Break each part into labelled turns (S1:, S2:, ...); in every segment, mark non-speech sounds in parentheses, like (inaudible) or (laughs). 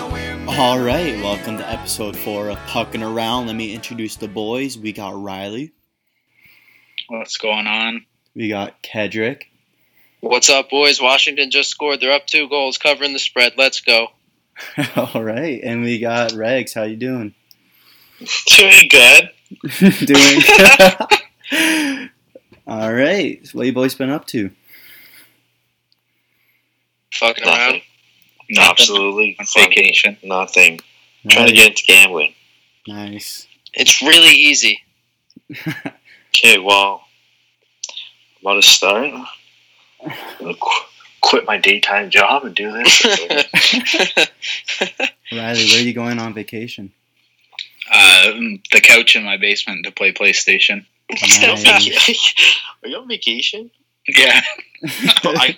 S1: All right, welcome to episode four of Pucking Around. Let me introduce the boys. We got Riley,
S2: What's going on?
S1: we got Kedrick, (laughs)
S3: What's up, boys? Washington just scored. They're up two goals, covering the spread. Let's go.
S1: all right, and we got Regs. How you doing?
S3: Doing good.
S1: doing. (laughs) all right, what you boys been up to?
S3: Fucking
S4: Nothing.
S3: around.
S2: Nothing.
S4: Absolutely.
S2: On
S4: fucking
S2: vacation.
S4: Nothing. Trying to get into gambling.
S1: nice.
S3: It's really easy.
S4: Okay, well, I'm about to start. I'm gonna qu- quit my daytime job and do this.
S1: Riley, where are you going on
S4: (laughs)
S1: vacation?
S2: Uh, the couch in my basement to play PlayStation. (laughs)
S1: Nice.
S4: (laughs) Are you on vacation?
S2: Yeah.
S4: I,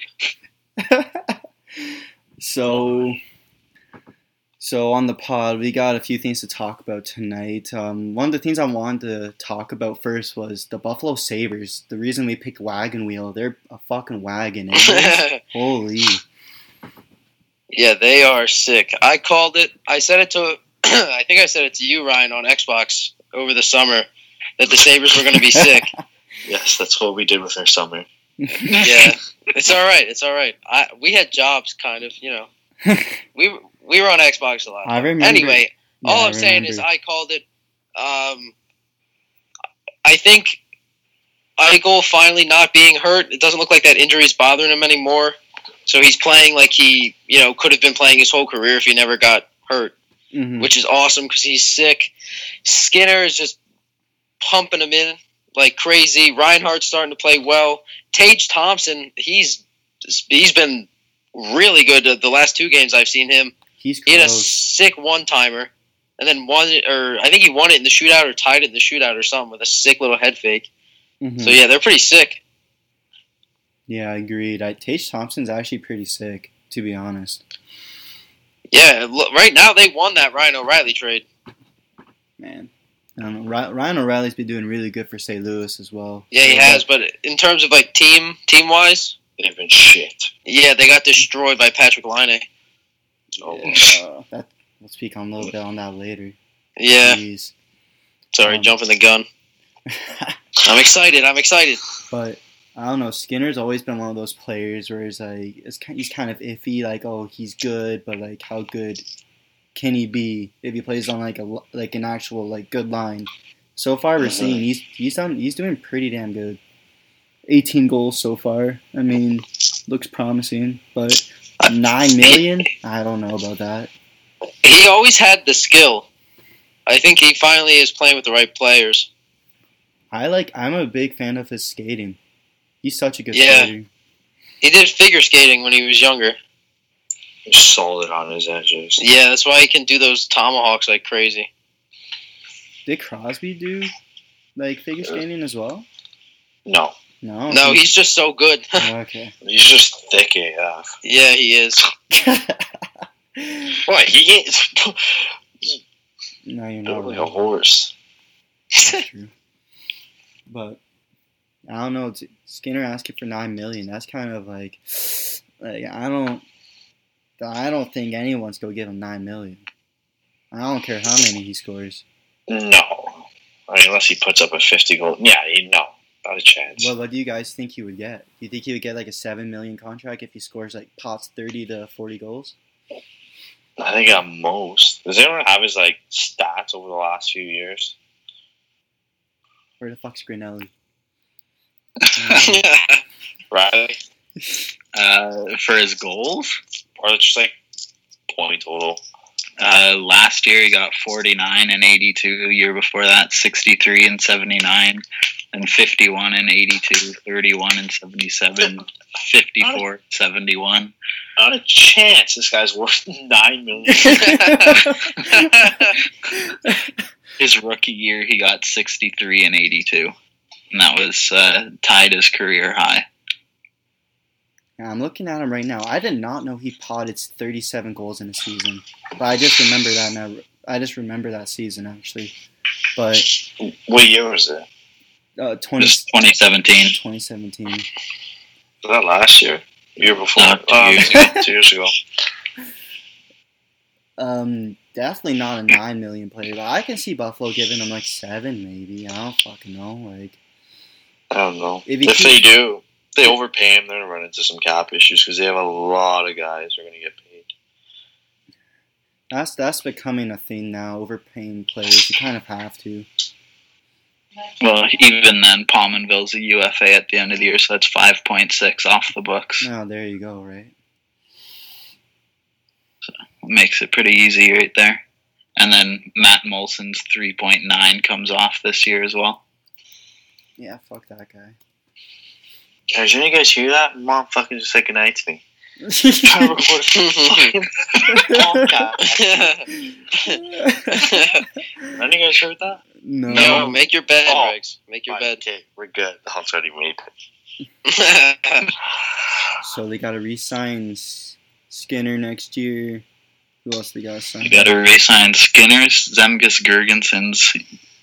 S1: So, so on the pod, we got a few things to talk about tonight. Um, one of the things I wanted to talk about first was the Buffalo Sabers. The reason we picked Wagon Wheel, they're a fucking wagon.
S3: (laughs)
S1: eh? Holy!
S3: yeah, they are sick. I called it. I said it to. (clears throat) I think I said it to you, Ryan, on Xbox over the summer that the Sabers were going to
S1: (laughs)
S3: be sick.
S4: yes, that's what we did with our summer.
S3: yeah, it's all right. It's all right. I we had jobs, kind of. You know,
S1: (laughs)
S3: we were- we were on Xbox a lot.
S1: I remember.
S3: Anyway,
S1: Yeah,
S3: All
S1: I
S3: I'm saying is,
S1: remember.
S3: I called it. Um, I think Eichel finally not being hurt. It doesn't look like that injury's bothering him anymore. So he's playing like he, you know, could have been playing his whole career if he never got hurt,
S1: Mhm.
S3: which is awesome because he's sick. Skinner is just pumping him in like crazy. Reinhardt's starting to play well. Tage Thompson, he's he's been really good the- the last two games I've seen him.
S1: he's
S3: He had a
S1: close.
S3: sick one timer, and then won it, or I think he won it in the shootout or tied it in the shootout or something with a sick little head fake.
S1: Mhm.
S3: So yeah, they're pretty sick.
S1: yeah, I agreed. I, Tage Thompson's actually pretty sick, to be honest.
S3: Yeah, look, right now they won that Ryan O'Reilly trade.
S1: Man, I don't know. Ry- Ryan O'Reilly's been doing really good for St. Louis as well.
S3: Yeah, he
S1: So,
S3: has, but in terms of like team team wise,
S4: They've been shit.
S3: yeah, they got destroyed by Patrick Line.
S4: Oh,
S3: (laughs)
S1: yeah, that, we'll speak on a little bit on that later.
S3: Yeah,
S1: Jeez.
S3: sorry,
S1: Um,
S3: jumping the gun. I'm excited. I'm excited.
S1: (laughs) But I don't know. Skinner's always been one of those players where it's like it's kind, he's kind of iffy. Like, oh, he's good, but like, how good can he be if he plays on like a l- like an actual like good line? So far, we're seeing he's he's done he's doing pretty damn good. 18 goals so far. I mean, looks promising, but nine million? I don't know about that.
S3: He always had the skill. I think he finally is playing with the right players.
S1: I like. I'm a big fan of his skating. He's such a good
S3: Yeah.
S1: skater.
S3: He did figure skating when he was younger.
S4: they're solid on his edges.
S3: Yeah, that's why he can do those tomahawks like crazy.
S1: Did Crosby do like figure skating as well?
S4: No,
S1: No.
S3: No, he's just so good. (laughs)
S1: Oh, okay.
S4: he's just thick AF.
S3: yeah, he (laughs) is.
S1: Oh,
S4: (laughs) What? He is
S1: no, you're not
S4: like a
S1: wrong.
S4: horse.
S1: That's true. But I don't know. t- Skinner asking for nine million. That's kind of like, like I don't, I don't think anyone's gonna give him nine million. I don't care how many he scores.
S4: No. I mean, unless he puts up a 50 goal. Yeah, you know. Not a chance.
S1: What, what do you guys think he would get? Do you think he would get like a seven million contract if he scores like pots thirty to forty goals?
S4: I think at most. Does anyone have his like stats over the last few years?
S1: Where the fuck's Grinelli?
S4: Right?
S2: Uh, for his goals,
S4: Or just like point total?
S2: uh, last year he got 49 and 82. The year before that, 63 and 79, and 51 and 82, 31 and 77, 54, 71.
S4: Not a chance. This guy's worth (laughs) nine million.
S2: His rookie year, he got 63 and 82, and that was uh, tied his career high.
S1: Yeah, I'm looking at him right now. I did not know he potted 37 goals in a season, but I just remember that. And I, I just remember that season actually. But
S4: what year was it?
S1: uh, 20,
S2: This 2017.
S1: 2017.
S4: Was Uh, (laughs) that last year? The year before?
S2: No, two
S4: Um,
S2: years
S4: two years ago.
S1: Um, definitely not a nine million player, but I can see Buffalo giving him like seven, maybe. I don't fucking know. Like
S4: I don't know.
S1: If
S4: If,
S1: he keeps-
S4: they do, if they overpay him, they're gonna run into some cap issues because they have a lot of guys who are gonna get paid.
S1: that's that's becoming a thing now. Overpaying players, you kind of have to.
S2: Well, even then, Palmanville's a UFA at the end of the year, so that's 5.6 off the books.
S1: No, Oh, there you go. Right.
S2: Makes it pretty easy right there. And then Matt Molson's 3.9 comes off this year as well.
S1: Yeah. Fuck that guy. (laughs)
S4: Guys, did you guys hear that? Mom fucking just like ignites (laughs) me. Trevor
S1: Trevor.
S4: Ward fucking
S3: Mm-hmm.
S4: (laughs) Why didn't you guys hear that?
S1: no.
S3: no, make your bed,
S4: Oh.
S3: Riggs. Make your bed. (laughs)
S4: Okay, we're good. Oh, it's already made.
S1: So they got to re-sign S- Skinner next year. Who else they got to sign?
S2: You got to re-sign Skinner's, Zemgus Gergensen's,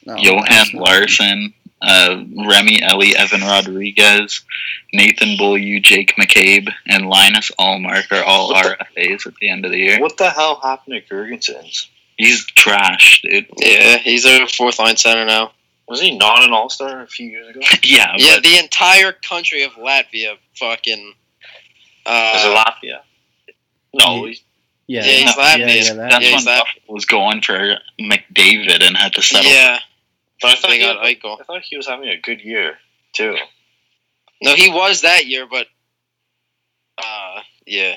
S1: No,
S2: Johan
S1: that's not-
S2: Larson, uh, Remy Ellie, Evan Rodriguez, Nathan Beaulieu, Jake McCabe, and Linus Allmark are all RFAs at the end of the year.
S4: What the hell happened to Gergensen's?
S2: He's trash, dude. (laughs)
S3: yeah, he's a fourth line center now.
S4: Was he not an All Star a few years ago?
S2: yeah,
S3: yeah,
S2: but
S3: the entire country of Latvia fucking.
S4: Is it
S3: Uh,
S4: Latvia? No, he's
S1: Yeah,
S3: Yeah, he's
S1: yeah,
S3: Latvian.
S1: yeah, that-
S2: that's
S3: yeah,
S2: when
S3: he's that-
S2: Buffalo was going for McDavid and had to settle.
S3: yeah,
S4: But I thought,
S3: they
S4: he
S3: got
S4: had,
S3: Eichel.
S4: I thought he was having a good year too.
S3: No, he was that year, but. Uh, (laughs) yeah.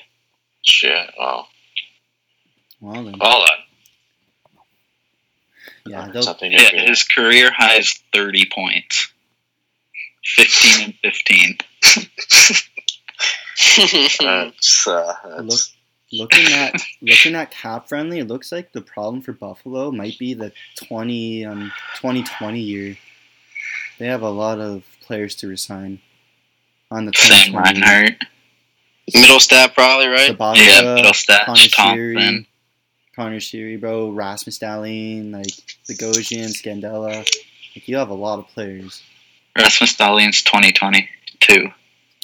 S4: Shit. Wow.
S1: Well, then,
S2: Oh,
S4: All that.
S1: yeah, they'll,
S4: Something
S2: Yeah,
S4: different.
S3: (laughs)
S2: his career high is 30 points. 15 and 15.
S3: Hmm.
S4: That's, uh,
S1: Look.
S4: that's,
S1: looking
S2: (laughs)
S1: at looking at cap friendly, it looks like the problem for Buffalo might be the 20 um 2020 year. They have a lot of players to resign on the
S2: Sam
S1: 2020 year.
S2: Reinhart.
S3: Middle stat, probably, right?
S4: (laughs)
S1: Sabatka,
S2: Yeah, Middlestat, Thompson.
S1: Connoisseur, Connor Siri, bro, Rasmus Dahlin, like Bogosian, Scandella. Like you have a lot of players.
S2: Rasmus Dahlin's 2022.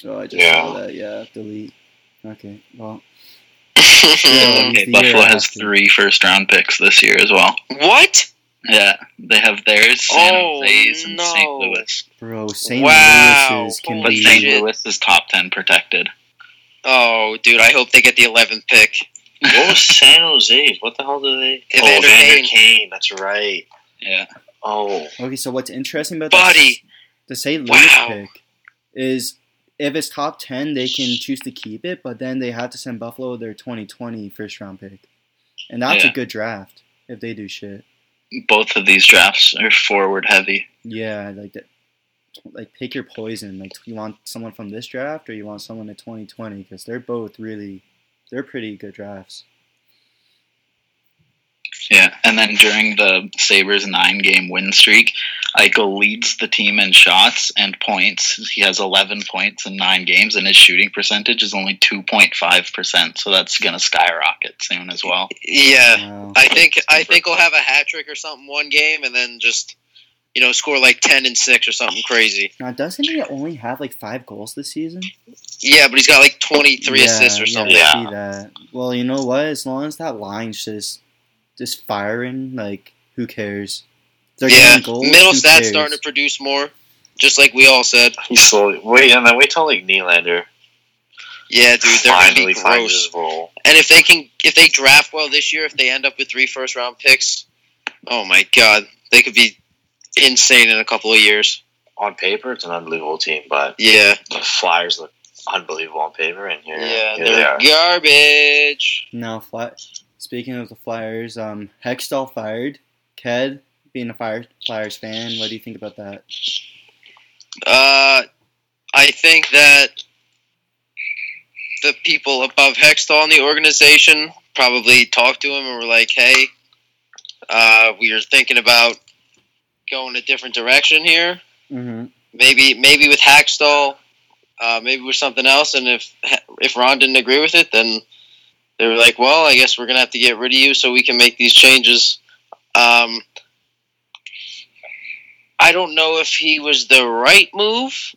S1: Oh, I just saw that. Yeah, delete. Okay, well, Yeah.
S2: Okay,
S1: the
S2: Buffalo
S1: year
S2: has
S1: after.
S2: three first round picks this year as well.
S3: (laughs) what?
S2: Yeah, they have theirs, San
S3: Oh,
S2: Jose's, and
S3: no.
S2: St. Louis.
S1: bro, St.
S3: Wow,
S1: Louis's can
S2: But
S3: Holy
S1: be.
S2: St.
S3: shit.
S2: Louis is top 10 protected.
S3: Oh, dude, I hope they get the 11th pick.
S4: what was San Jose's? What the hell do they? Oh,
S3: Evander Kane.
S4: Kane. That's right.
S2: Yeah.
S4: Oh,
S1: Okay, so what's interesting about
S3: Buddy.
S1: the St. Louis
S3: Wow.
S1: pick is if it's top ten, they can choose to keep it, but then they have to send Buffalo their 2020 first round pick, and that's a
S2: Yeah.
S1: good draft if they do shit.
S2: Both of these drafts are forward heavy.
S1: Yeah, like that. Like pick your poison. Like you want someone from this draft or you want someone in 2020 because they're both really, they're pretty good drafts.
S2: Yeah. And then during the Sabres nine game win streak, Eichel leads the team in shots and points. He has 11 points in nine games, and his shooting percentage is only 2.5%. So that's going to skyrocket soon as well.
S3: Yeah.
S1: Wow.
S3: I think I think he'll have a hat trick or something one game, and then just you know score like ten and six or something crazy.
S1: Now doesn't he only have like five goals this season?
S3: Yeah, but he's got like twenty three
S1: Yeah,
S3: assists or
S1: yeah,
S3: something.
S1: I see that. Well, you know what? As long as that line's just just firing, like who cares? If They're
S3: Yeah,
S1: getting goals,
S3: middle
S1: who
S3: stat
S1: cares?
S3: starting to produce more, just like we all said.
S4: he slowly. Wait, and then wait till like Nylander
S3: Yeah, dude, they're gonna
S4: finally
S3: be
S4: finds
S3: gross.
S4: his role.
S3: And if they can, if they draft well this year, if they end up with three first round picks, oh my god, they could be insane in a couple of years.
S4: On paper, it's an unbelievable team, but
S3: Yeah,
S4: the Flyers look unbelievable on paper, and here,
S3: yeah,
S4: here they
S3: they're
S4: are.
S3: garbage.
S1: Now, fly- speaking of the Flyers, um, Hextall fired. Ked being a Fire- Flyers fan, what do you think about that?
S3: Uh, I think that the people above Hextall in the organization probably talked to him and were like, "Hey, uh, we are thinking about going a different direction here.
S1: Mm-hmm.
S3: Maybe, maybe with Hextall, uh, maybe with something else. And if if Ron didn't agree with it, then they were like, "Well, I guess we're gonna have to get rid of you so we can make these changes." Um, I don't know if he was the right move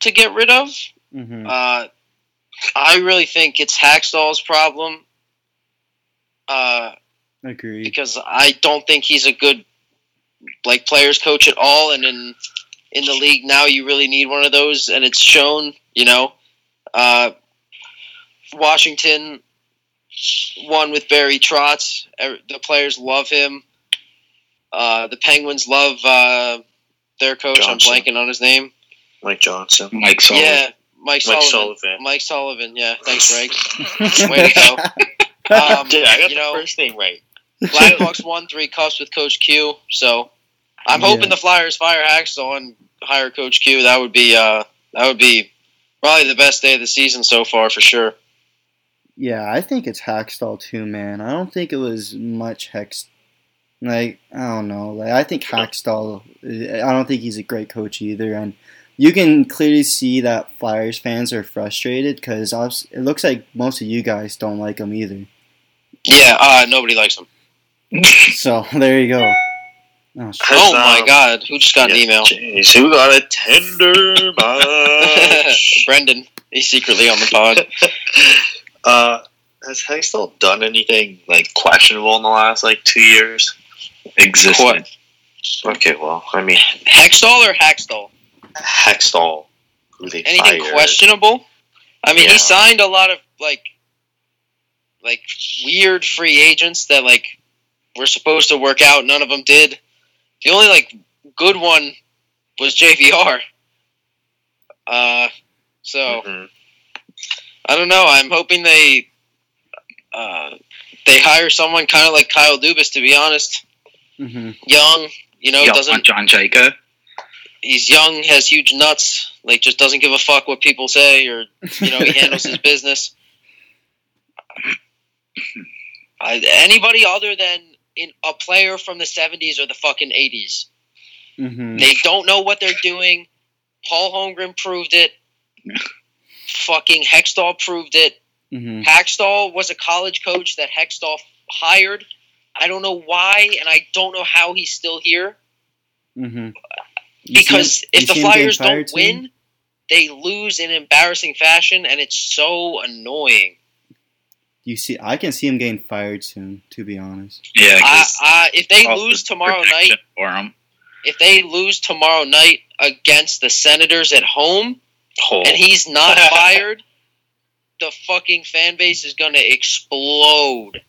S3: to get rid of.
S1: Mm-hmm.
S3: Uh, I really think it's Hackstall's problem. Uh, uh,
S1: Agree.
S3: because I don't think he's a good like players coach at all. And in in the league now, you really need one of those, and it's shown. You know, uh, Washington won with Barry Trotz. Ev- The players love him. Uh, the Penguins love uh, their coach.
S4: Johnson.
S3: I'm blanking on his name.
S4: Mike Johnson.
S2: Mike Sullivan.
S3: Yeah, Mike,
S4: Mike
S3: Sullivan.
S4: Sullivan.
S3: Mike Sullivan. Yeah,
S4: (laughs)
S3: thanks, Greg. (laughs) Way to go. Um,
S4: Dude, I
S3: you
S4: got the
S3: know,
S4: first name right.
S3: Blackhawks won three cups with Coach Q. So I'm hoping
S1: Yeah.
S3: the Flyers fire Hacksaw and hire Coach Q. That would be uh, that would be probably the best day of the season so far for sure.
S1: (laughs) Yeah, I think it's Hackstall too, man. I don't think it was much Hex. Like I don't know. Like I think Hackstall. I don't think he's a great coach either, and you can clearly see that Flyers fans are frustrated because it looks like most of you guys don't like him
S3: (laughs)
S1: either.
S3: Yeah, uh, nobody likes him.
S1: So (laughs) there you go. Oh, sh-
S4: Has,
S3: oh my
S4: um,
S3: God, who just got an
S4: yeah,
S3: email?
S4: Jeez, who got a
S3: (laughs)
S4: tender match?
S3: Brendan, he's secretly on the
S4: (laughs)
S3: pod.
S4: uh, has Hextall done anything like questionable in the last like two years?
S2: Existed.
S3: What?
S4: Okay, well, I mean,
S3: Hextall or Hackstall?
S4: Hextall, who they
S3: Anything
S4: fired.
S3: questionable? I mean,
S4: Yeah.
S3: he signed a lot of like, like weird free agents that like were supposed to work out. None of them did. The only like good one was JVR. Uh, so
S4: Mhm.
S3: I don't know. I'm hoping they uh, they hire someone kind of like Kyle Dubas. To be honest,
S1: mhm.
S3: young, you know,
S2: Y'all
S3: doesn't
S2: want John Jaika?
S3: he's young, has huge nuts, like just doesn't give a fuck what people say, or you know he handles his business. I, anybody other than in a player from the '70s or the fucking '80s,
S1: Mhm.
S3: they don't know what they're doing. Paul Holmgren proved it. fucking Hextall proved it.
S1: Mhm.
S3: Hextall was a college coach that Hextall hired. I don't know why, and I don't know how he's still here
S1: Mhm. You see
S3: because
S1: him- you
S3: if the
S1: see him being
S3: Flyers don't
S1: fired too?
S3: win, they lose in embarrassing fashion, and it's so annoying.
S1: you see, I can see him getting fired soon. To be honest.
S2: Yeah,
S3: I,
S2: 'cause
S3: I, if they
S2: all
S3: lose
S2: the
S3: tomorrow
S2: protection
S3: night,
S2: for 'em.
S3: if they lose tomorrow night against the Senators at home,
S4: Oh,
S3: and he's not fired, the fucking fan base is going to
S1: (laughs)
S3: explode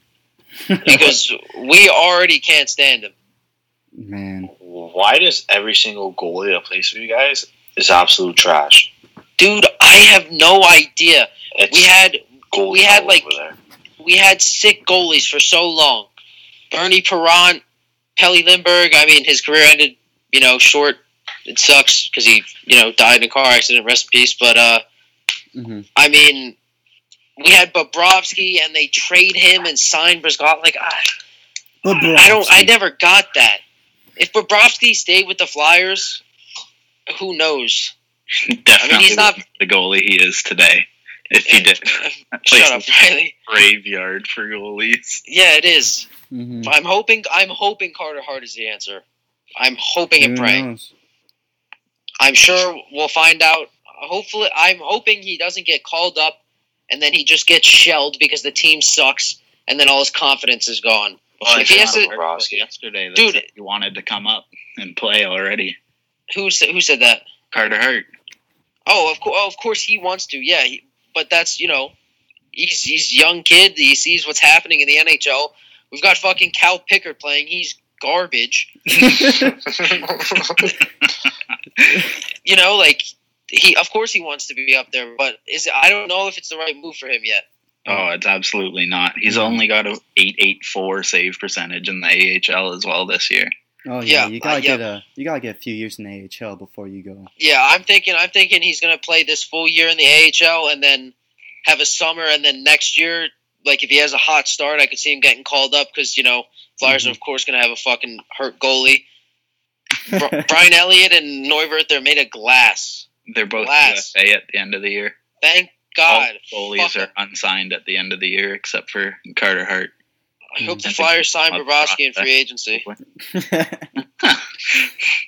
S3: because we already can't stand him.
S1: Man.
S4: why does every single goalie that plays for you guys is absolute trash?
S3: Dude, I have no idea.
S4: It's
S3: We had
S4: goalie
S3: we had,
S4: all
S3: like,
S4: over there.
S3: we had sick goalies for so long. Bernie Perrant, Pelly Lindbergh. I mean, his career ended, you know, short. It sucks because he, you know, died in a car accident. Rest in peace. But uh,
S1: Mhm.
S3: I mean, we had Bobrovsky, and they trade him and sign Brzgott. Like I,
S1: But
S3: I don't. I never got that. If Bobrovsky stayed with the Flyers, who knows?
S2: Definitely
S3: he's not-
S2: wasn't the goalie he is today. If he did (laughs)
S3: Shut up, Riley.
S2: graveyard for goalies.
S3: Yeah, it is.
S1: Mhm.
S3: I'm hoping. I'm hoping Carter Hart is the answer. I'm hoping and
S1: Who
S3: praying.
S1: knows?
S3: I'm sure we'll find out. Hopefully, I'm hoping he doesn't get called up and then he just gets shelled because the team sucks and then all his confidence is gone.
S2: Oh,
S4: Well,
S3: if he has to,
S4: Bobrovsky.
S2: yesterday, that
S3: Dude.
S2: said he wanted to come up and play already.
S3: who said, who said that?
S2: Carter Hart.
S3: Oh, of course, oh, of course he wants to. Yeah, he, but that's you know, he's he's a young kid. He sees what's happening in the NHL. We've got fucking Cal Pickard playing. He's garbage. You know, like he of course he wants to be up there, but is it, I don't know if it's the right move for him yet.
S2: Oh, it's absolutely not. He's only got a eight eight four save percentage in the AHL as well this year.
S1: Oh yeah,
S3: Yeah,
S1: you
S3: uh,
S1: gotta
S3: yeah.
S1: get a you gotta get a few years in the AHL before you
S3: (laughs)
S1: go.
S3: Yeah, I'm thinking. I'm thinking he's going to play this full year in the AHL and then have a summer, and then next year, like if he has a hot start, I could see him getting called up because you know Flyers are of course going to have a fucking hurt goalie. Br- Brian Elliott and Neuvert, they're made of glass.
S2: They're both
S3: Last.
S2: UFA at the end of the year.
S3: Thank God.
S2: All the goalies
S3: fuck.
S2: are unsigned at the end of the year except for Carter Hart.
S3: I hope the
S2: Mhm.
S3: Flyers sign
S2: Mother
S3: Bobrovsky in
S2: prospect.
S3: free agency.
S1: yeah,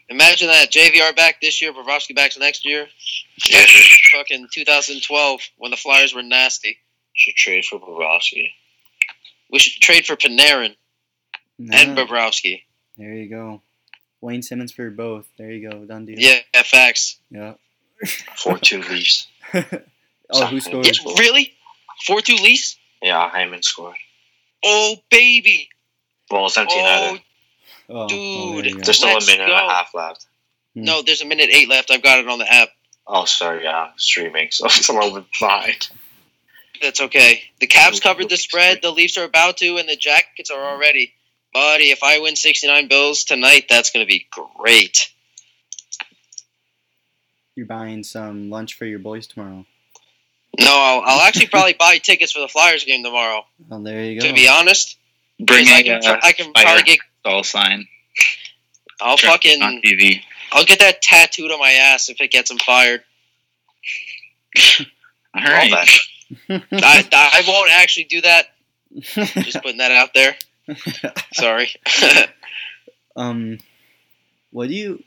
S3: Imagine that JVR back this year, Bobrovsky back next year.
S4: Yeah, should,
S3: Fucking 2012 when the Flyers were nasty.
S4: should trade for Bobrovsky.
S3: We should trade for Panarin
S1: Nah,
S3: and Bobrovsky.
S1: there you go. Wayne Simmons for both. There you go. Done deal.
S3: Yeah, facts.
S1: Yeah.
S4: Four two Leafs.
S1: (laughs) oh, who
S4: Something.
S1: scored?
S3: Yeah, really? 4 2 lease?
S4: Yeah, Hyman scored.
S3: Oh, baby.
S4: Well, it's empty
S3: Oh,
S4: netter.
S1: Oh, oh, there
S3: Dude.
S1: you go.
S4: There's still a
S3: let's
S4: minute and
S3: go.
S4: a half left.
S3: no, there's a minute eight left. I've got it on the app.
S4: Oh, sorry, yeah, streaming, (laughs) so it's a little bit behind.
S3: That's okay. The Cavs covered the spread. The Leafs are about to, and the Jackets are already. Buddy, if I win 69 bills tonight, that's going to be great.
S1: You're buying some lunch for your boys tomorrow.
S3: No, I'll, I'll
S2: (laughs)
S3: actually probably buy tickets for the Flyers game tomorrow,
S1: Oh, there you go.
S3: to be honest.
S2: Bring
S3: 'Cause I
S2: a
S3: can,
S2: uh,
S3: I can
S2: fire
S3: probably get.
S2: call sign.
S3: I'll
S2: Check it on
S3: fucking.
S2: TV.
S3: I'll get that tattooed on my ass if it gets him fired.
S2: All
S4: All
S2: right.
S4: that.
S3: I, I won't actually do that. Just putting that
S2: (laughs)
S3: out there. Sorry.
S1: (laughs)
S3: (laughs)
S1: um, what do you,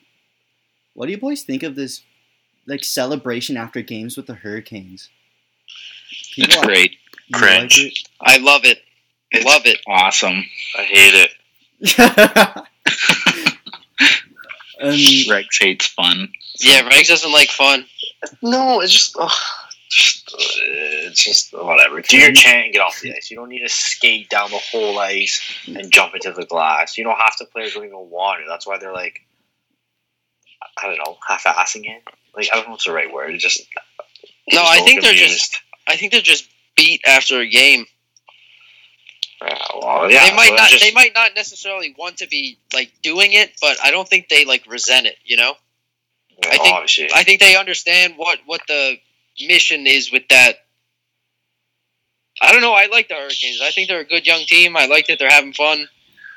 S1: what do you boys think of this, like celebration after games with the Hurricanes?
S2: It's
S1: People-
S2: great.
S1: you like
S4: Cringe.
S1: it?
S3: I love it.
S2: It's
S3: Love it.
S2: Awesome.
S4: I hate it.
S1: (laughs)
S3: (laughs)
S1: um,
S2: Rex hates fun.
S3: Yeah, Rex doesn't like fun.
S4: No, it's just, ugh, just, uh, it's just whatever. Do your chant and get off the ice. You don't need to skate down the whole ice and jump into the glass. You know, half the players don't even want it. That's why they're like, I don't know, half-assing it. Like I don't know what's the right word. It's just
S3: No,
S4: just
S3: I
S4: don't
S3: think
S4: get
S3: they're just.
S4: used.
S3: I think they're just beat after a game.
S4: Yeah, well, yeah,
S3: they might
S4: but
S3: not.
S4: just-
S3: They might not necessarily want to be like doing it, but I don't think they like resent it. You know,
S4: yeah,
S3: I think-
S4: obviously.
S3: I think they understand what what the mission is with that. I don't know. I like the Hurricanes. I think they're a good young team. I like that they're having fun.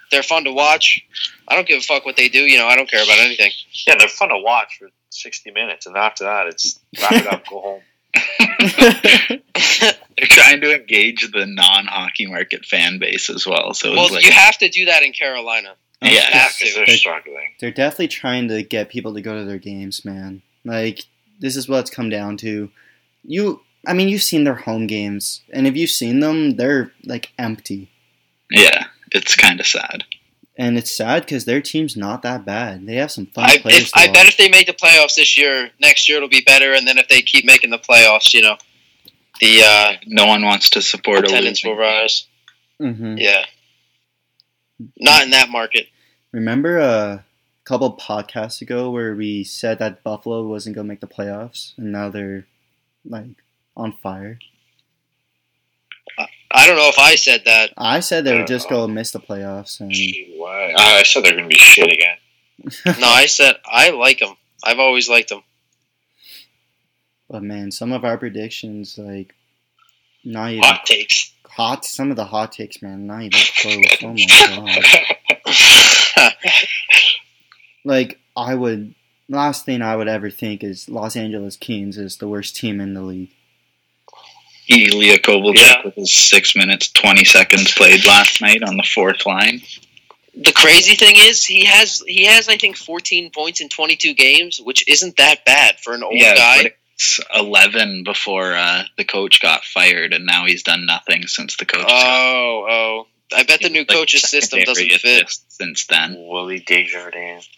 S3: They're fun to watch. I don't give a fuck what they do. You know, I don't care about anything.
S4: yeah, they're fun to watch for sixty minutes, and after that, it's wrap it up,
S3: (laughs)
S4: go home.
S2: They're trying to engage the non hockey market fan base as well. So
S3: Well,
S2: it's like,
S3: you have to do that in Carolina.
S2: yeah.
S4: Yeah, 'cause they're
S1: Like-
S4: struggling.
S1: They're definitely trying to get people to go to their games, man. Like this is what it's come down to. You, I mean, you've seen their home games, and if you've seen them, they're like empty,
S2: Yeah. It's kind of sad.
S1: and it's sad because their team's not that bad. They have some fun
S3: I,
S1: players.
S3: if, I
S1: to
S3: bet
S1: watch.
S3: if they make the playoffs this year, next year it'll be better. And then if they keep making the playoffs, you know, the uh,
S2: No one wants to support a
S3: attendance
S2: losing.
S3: will rise.
S1: Mhm.
S3: Yeah, not in that market.
S1: Remember uh, a couple podcasts ago where we said that Buffalo wasn't gonna make the playoffs, and now they're like on fire.
S3: I don't know if I said that.
S1: (laughs) I said they would
S4: Uh,
S1: just go miss the playoffs, and
S4: Gee, why? I I said they're going to be shit again.
S3: No, I said I like them. I've always liked them.
S1: but man, some of our predictions like not even
S4: Hot takes.
S1: hot some of the hot takes, man, not even close. oh my god. Like I would last thing I would ever think is Los Angeles Kings is the worst team in the league.
S2: Ilya Kovalchuk
S4: Yeah.
S2: with his six minutes twenty seconds played last night on the fourth line.
S3: (laughs) the crazy thing is he has he has I think 14 points in 22 games, which isn't that bad for an old guy.
S2: but it's eleven before uh, the coach got fired, and now he's done nothing since the coach.
S3: Oh, oh. I bet the new coach's system doesn't fit.
S2: since then.
S4: Willie Desjardins.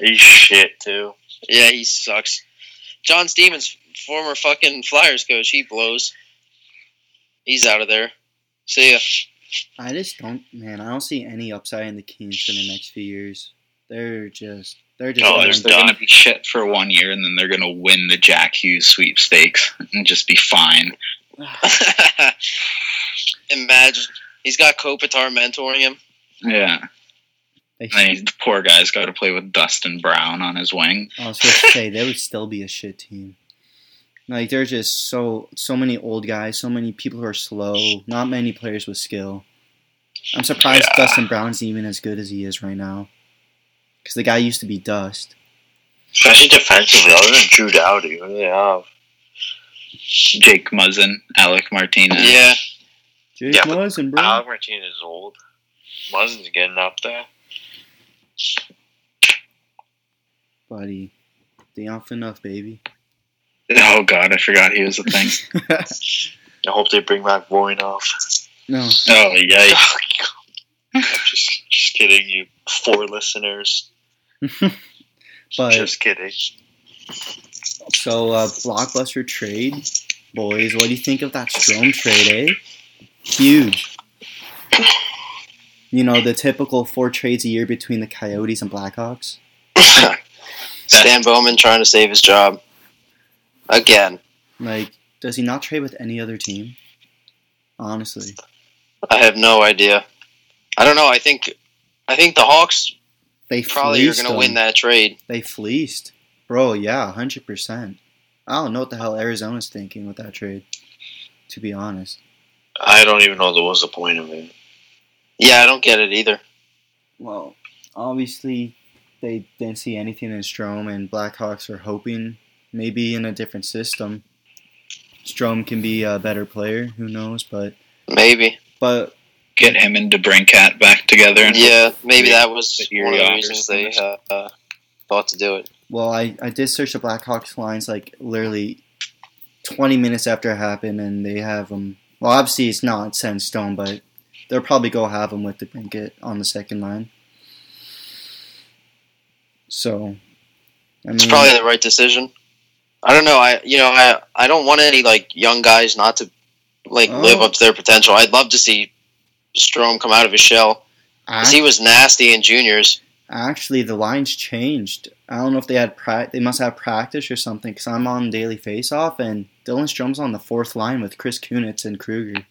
S4: He's shit too.
S3: Yeah, he sucks. John Stevens, former fucking Flyers coach, he blows. He's out of there. See ya. (laughs)
S1: I just don't man, I don't see any upside in the Kings for the next few years. They're just they're just
S2: They're,
S4: Oh, they're
S1: going-
S4: still-
S2: going to be shit for one year, and then they're going to win the Jack Hughes sweepstakes and just be fine.
S3: Imagine he's got Kopitar mentoring him.
S2: Yeah,
S1: (laughs) they
S2: and then the poor guy's got to play with Dustin Brown on his wing.
S1: I was supposed to say they would still be a shit team. Like there's just so so many old guys, so many people who are slow, not many players with skill. I'm surprised
S4: Yeah.
S1: Dustin Brown's even as good as he is right now, because the guy used to be dust.
S4: Especially defensively, other than Drew Dowdy, what do they have?
S2: Jake Muzzin, Alec Martinez.
S3: Yeah.
S1: Jake
S4: Yeah, Um, but
S1: Muzzin, bro.
S4: Alec Martinez is old. Muzzin's getting up there.
S1: buddy, they off enough, baby. (laughs)
S3: (laughs)
S2: Oh God, I forgot he was a thing.
S4: I hope they bring back Voinov.
S1: No.
S2: Oh, yikes.
S4: I'm just, just kidding, you four listeners.
S1: but
S4: just kidding.
S1: so uh, blockbuster trade, boys. What do you think of that Strom trade? Eh? Huge. You know the typical four trades a year between the Coyotes and Blackhawks.
S3: Stan Bowman trying to save his job again.
S1: Like, does he not trade with any other team? Honestly,
S3: I have no idea. I don't know. I think I think the Hawks
S1: they
S3: probably are
S1: fleeced
S3: going to
S1: him.
S3: win that trade.
S1: They fleeced, bro. Yeah, hundred percent. I don't know what the hell Arizona's thinking with that trade. To be honest,
S4: I don't even know there was a point of it.
S3: Yeah, I don't get it either.
S1: well, obviously they didn't see anything in Strom, and Blackhawks are hoping maybe in a different system. Strom can be a better player. Who knows? But
S3: Maybe.
S1: but
S2: Get him and DeBrincat back together. And
S3: Yeah, maybe that was
S2: But
S3: one of the
S2: Uriah
S3: reasons
S2: or
S3: they uh, uh, thought to do it.
S1: well, I I did search the Blackhawks lines like literally twenty minutes after it happened, and they have them. Well, obviously it's not set in stone, but they'll probably go have him with the blanket on the second line. So, I mean,
S3: It's probably the right decision. I don't know. I you know I I don't want any like young guys not to like
S1: Oh.
S3: live up to their potential. I'd love to see Strom come out of his shell 'cause he was nasty in juniors.
S1: Actually, the lines changed. I don't know if they had pra- they must have practice or something. Because I'm on daily faceoff, and Dylan Strom's on the fourth line with Chris Kunitz and Kruger.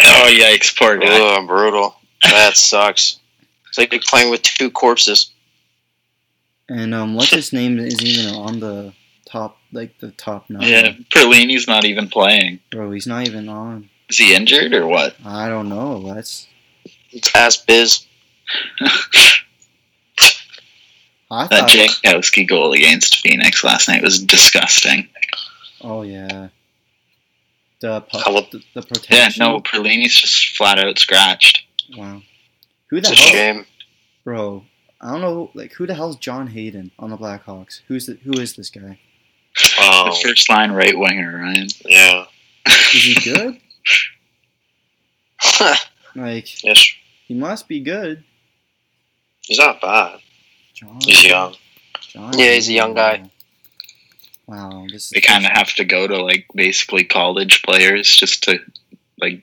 S2: Oh, yikes. Poor guy.
S3: Ugh, brutal. That sucks. It's like playing with two corpses.
S1: And um, what's
S2: (laughs)
S1: his name isn't even on the top, like the top nine.
S2: Yeah, Perlini's not even playing.
S1: Bro, he's not even on.
S2: Is he injured or what?
S1: I don't know. That's
S3: Ass biz.
S1: I
S2: That
S1: thought.
S2: Jankowski goal against Phoenix last night was disgusting.
S1: Oh yeah. The
S4: I
S1: pu-
S4: love-
S1: the, the
S2: Yeah,
S1: protection.
S2: no, Perlini's just flat out scratched.
S1: Wow. Who
S3: It's
S1: the
S3: a
S1: hell,
S3: shame.
S1: bro? I don't know. Like, who the hell's John Hayden on the Blackhawks? Who's the, who is this guy?
S4: Wow.
S2: The first line right winger, Ryan.
S4: Um, yeah.
S1: Is he
S3: (laughs)
S1: good? like,
S4: Yes.
S1: He must be good.
S4: He's not bad.
S1: John.
S4: He's young.
S1: John
S3: Yeah, he's a young guy.
S1: Wow, this
S2: They
S1: is
S2: kind of have to go to like basically college players just to like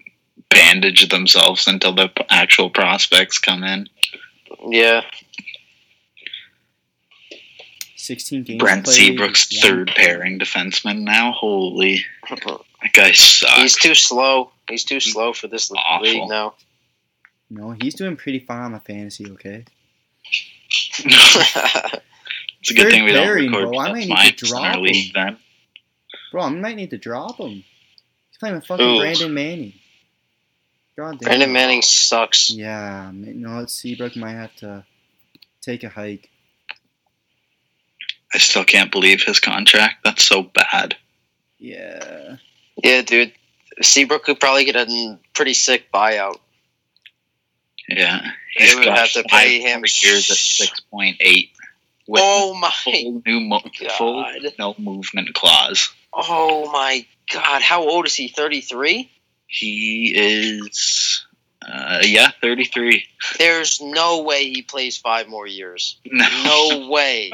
S2: bandage themselves until the p- actual prospects come in.
S3: yeah.
S1: 16 games.
S2: Brent
S1: played,
S2: Seabrook's
S1: one-
S2: third pairing defenseman now. Holy, that guy
S3: He's
S2: sucks.
S3: too slow. He's too slow for this
S2: Awful.
S3: league now. (laughs)
S1: No, he's doing pretty fine on my fantasy. Okay.
S2: it's a good
S1: third
S2: thing we don't
S1: pairing,
S2: record
S1: bro. I might need
S2: plus
S1: to
S2: minus in
S1: drop
S2: our
S1: him.
S2: league then.
S1: Bro, I might need to drop him. He's playing with fucking
S3: Who?
S1: Brandon Manning. God damn.
S3: Brandon Manning sucks.
S1: Yeah, ma- no, it's Seabrook might have to take a hike.
S2: I still can't believe his contract. That's so bad.
S1: Yeah.
S3: Yeah, dude. Seabrook could probably get a pretty sick buyout.
S2: Yeah,
S3: They
S2: He's
S3: would
S2: got
S3: have to
S2: five
S3: pay him
S2: more years at six point eight. With
S3: Oh my!
S2: full new mo- full
S3: God.
S2: no movement clause.
S3: Oh my God! How old is he? Thirty-three?
S2: He is, uh, yeah, 33.
S3: There's no way he plays five more years.
S2: (laughs) No. (laughs)
S3: No way.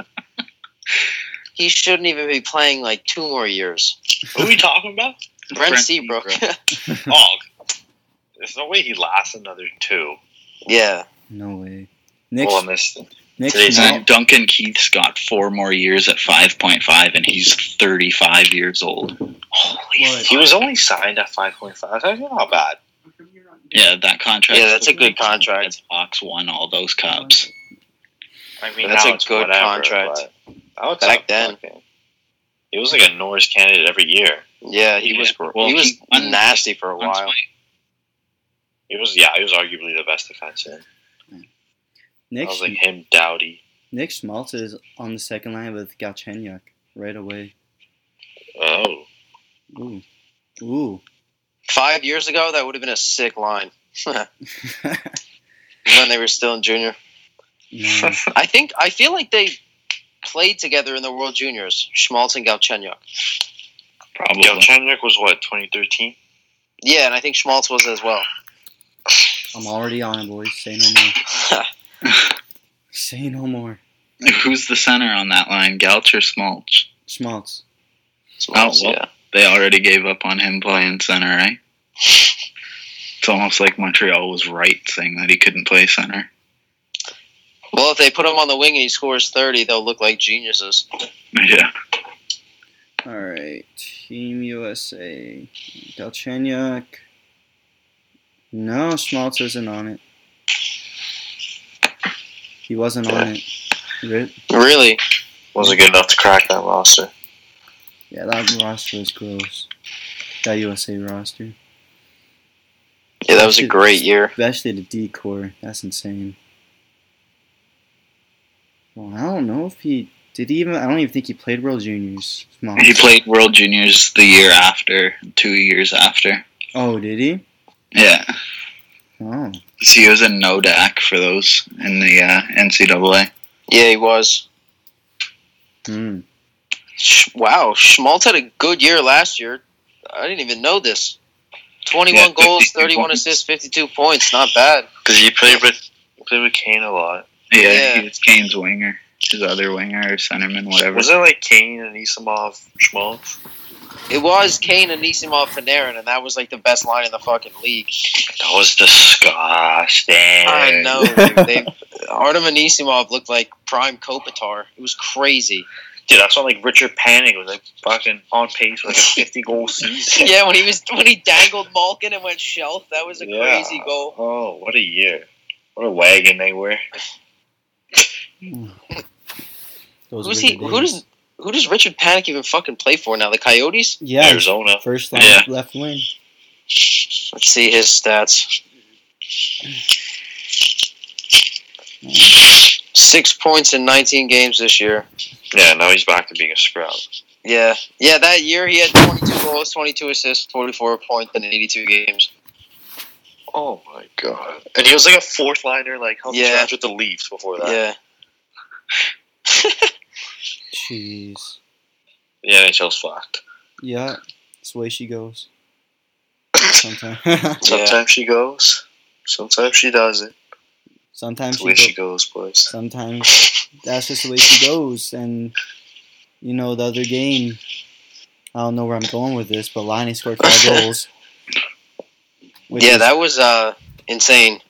S3: he shouldn't even be playing like two more years.
S4: Who are we talking about?
S3: Brent,
S2: Brent
S3: Seabrook.
S4: Oh, there's no way he lasts another two.
S3: (laughs) yeah.
S1: No way. Nick,
S4: well, I missed him.
S1: Nick
S4: today's
S1: Schmaltz-
S2: And Duncan Keith's got four more years at 5.5, and he's 35 years old. Holy.
S1: What?
S4: He was only signed at 5.5. That's not bad.
S2: Yeah, that contract.
S3: Yeah, that's a good contract.
S2: The Hawks won all those cups.
S4: I mean,
S3: That's
S4: now
S3: a
S4: it's
S3: good
S4: whatever,
S3: contract.
S4: but That was
S3: Back
S4: a
S3: then.
S4: fucking- He was like a Norris candidate every year.
S3: Yeah. He
S2: Yeah.
S3: was.
S2: Well,
S3: he was
S2: he won-
S3: nasty for a while.
S4: He was, yeah, he was arguably the best defenseman. I
S1: Nick,
S4: was
S1: Sch-
S4: like him, Dowdy.
S1: Nick Schmaltz is on the second line with Galchenyuk right away.
S4: Oh,
S1: Ooh. Ooh.
S3: Five years ago, that would have been a sick line (laughs) when they were still in junior.
S1: no.
S3: I think I feel like they played together in the World Juniors. Schmaltz and Galchenyuk.
S2: Probably.
S4: Galchenyuk was what 2013.
S3: Yeah, and I think Schmaltz was as well. (laughs)
S1: I'm already on, boys. Say no more. Say no more.
S2: Who's the center on that line, Gouch or Smolch?
S1: Schmaltz.
S3: Schmaltz,
S2: Oh, well.
S3: yeah.
S2: They already gave up on him playing center, right? It's almost like Montreal was right saying that he couldn't play center.
S3: Well, if they put him on the wing and he scores 30, they'll look like geniuses.
S2: Yeah.
S1: All right, Team USA. Galchenyuk. No, Schmaltz isn't on it. He wasn't on it. Ri-
S3: Really?
S4: Wasn't good enough to crack that roster.
S1: Yeah, that roster was gross. That USA roster,
S3: Yeah, that was a great year.
S1: especially the decor. That's insane. Well, I don't know if he did. He even I don't even think he played World Juniors. Schmaltz.
S2: He played World Juniors the year after, two years after.
S1: Oh, did he?
S2: Yeah.
S1: Oh,
S2: So he was in NODAC for those in the uh, NCAA.
S3: Yeah, he was.
S1: hmm.
S3: Sh- Wow, Schmaltz had a good year last year. I didn't even know this. 21
S2: Yeah,
S3: goals,
S2: 52
S3: 31
S2: points.
S3: assists, 52 points. Not bad.
S4: Because he played with he played with Kane a lot.
S2: Yeah,
S3: Yeah.
S2: he was Kane's winger, his other winger or centerman, whatever.
S4: Was it like Kane and Isamov Schmaltz?
S3: It was Kane and Nisimov Panarin, and that was like the best line in the fucking league.
S4: That was disgusting.
S3: I know. dude.
S1: (laughs)
S3: They, Artem Anisimov looked like prime Kopitar. It
S1: (laughs)
S3: was crazy.
S4: Dude, that's when like Richard Panic was like fucking on pace for like a fifty goal season.
S3: Yeah, when he was when he dangled Malkin and went shelf, that was a
S4: Yeah.
S3: crazy goal.
S4: Oh, what a year. What a wagon they were.
S1: Those
S3: Who's
S1: were
S3: he?
S1: the
S3: Who
S1: days.
S3: does who does Richard Panic even fucking play for now? The Coyotes?
S1: Yeah,
S4: Arizona.
S1: first line
S2: Yeah.
S1: left wing.
S3: Let's see his stats. Six points in 19 games this year.
S4: Yeah, now he's back to being a scout.
S3: Yeah, yeah. That year he had 22 goals, 22 assists, 44 points in 82 games.
S4: Oh my god. And he was like a fourth liner, like helped
S3: Yeah.
S4: yeah. with the Leafs before
S1: Uh,
S4: that.
S3: Yeah.
S1: Jeez.
S4: The NHL's fucked.
S1: Yeah, it's the way she goes. Sometimes, (laughs)
S4: Sometimes she goes. Sometimes she doesn't.
S1: sometimes
S4: That's the
S1: she,
S4: way she
S1: go-
S4: goes, boys.
S1: sometimes that's just the way she goes. And you know the other game, I don't know where I'm going with this, but Liney scored five goals. Which
S3: yeah,
S1: is
S3: that was uh insane.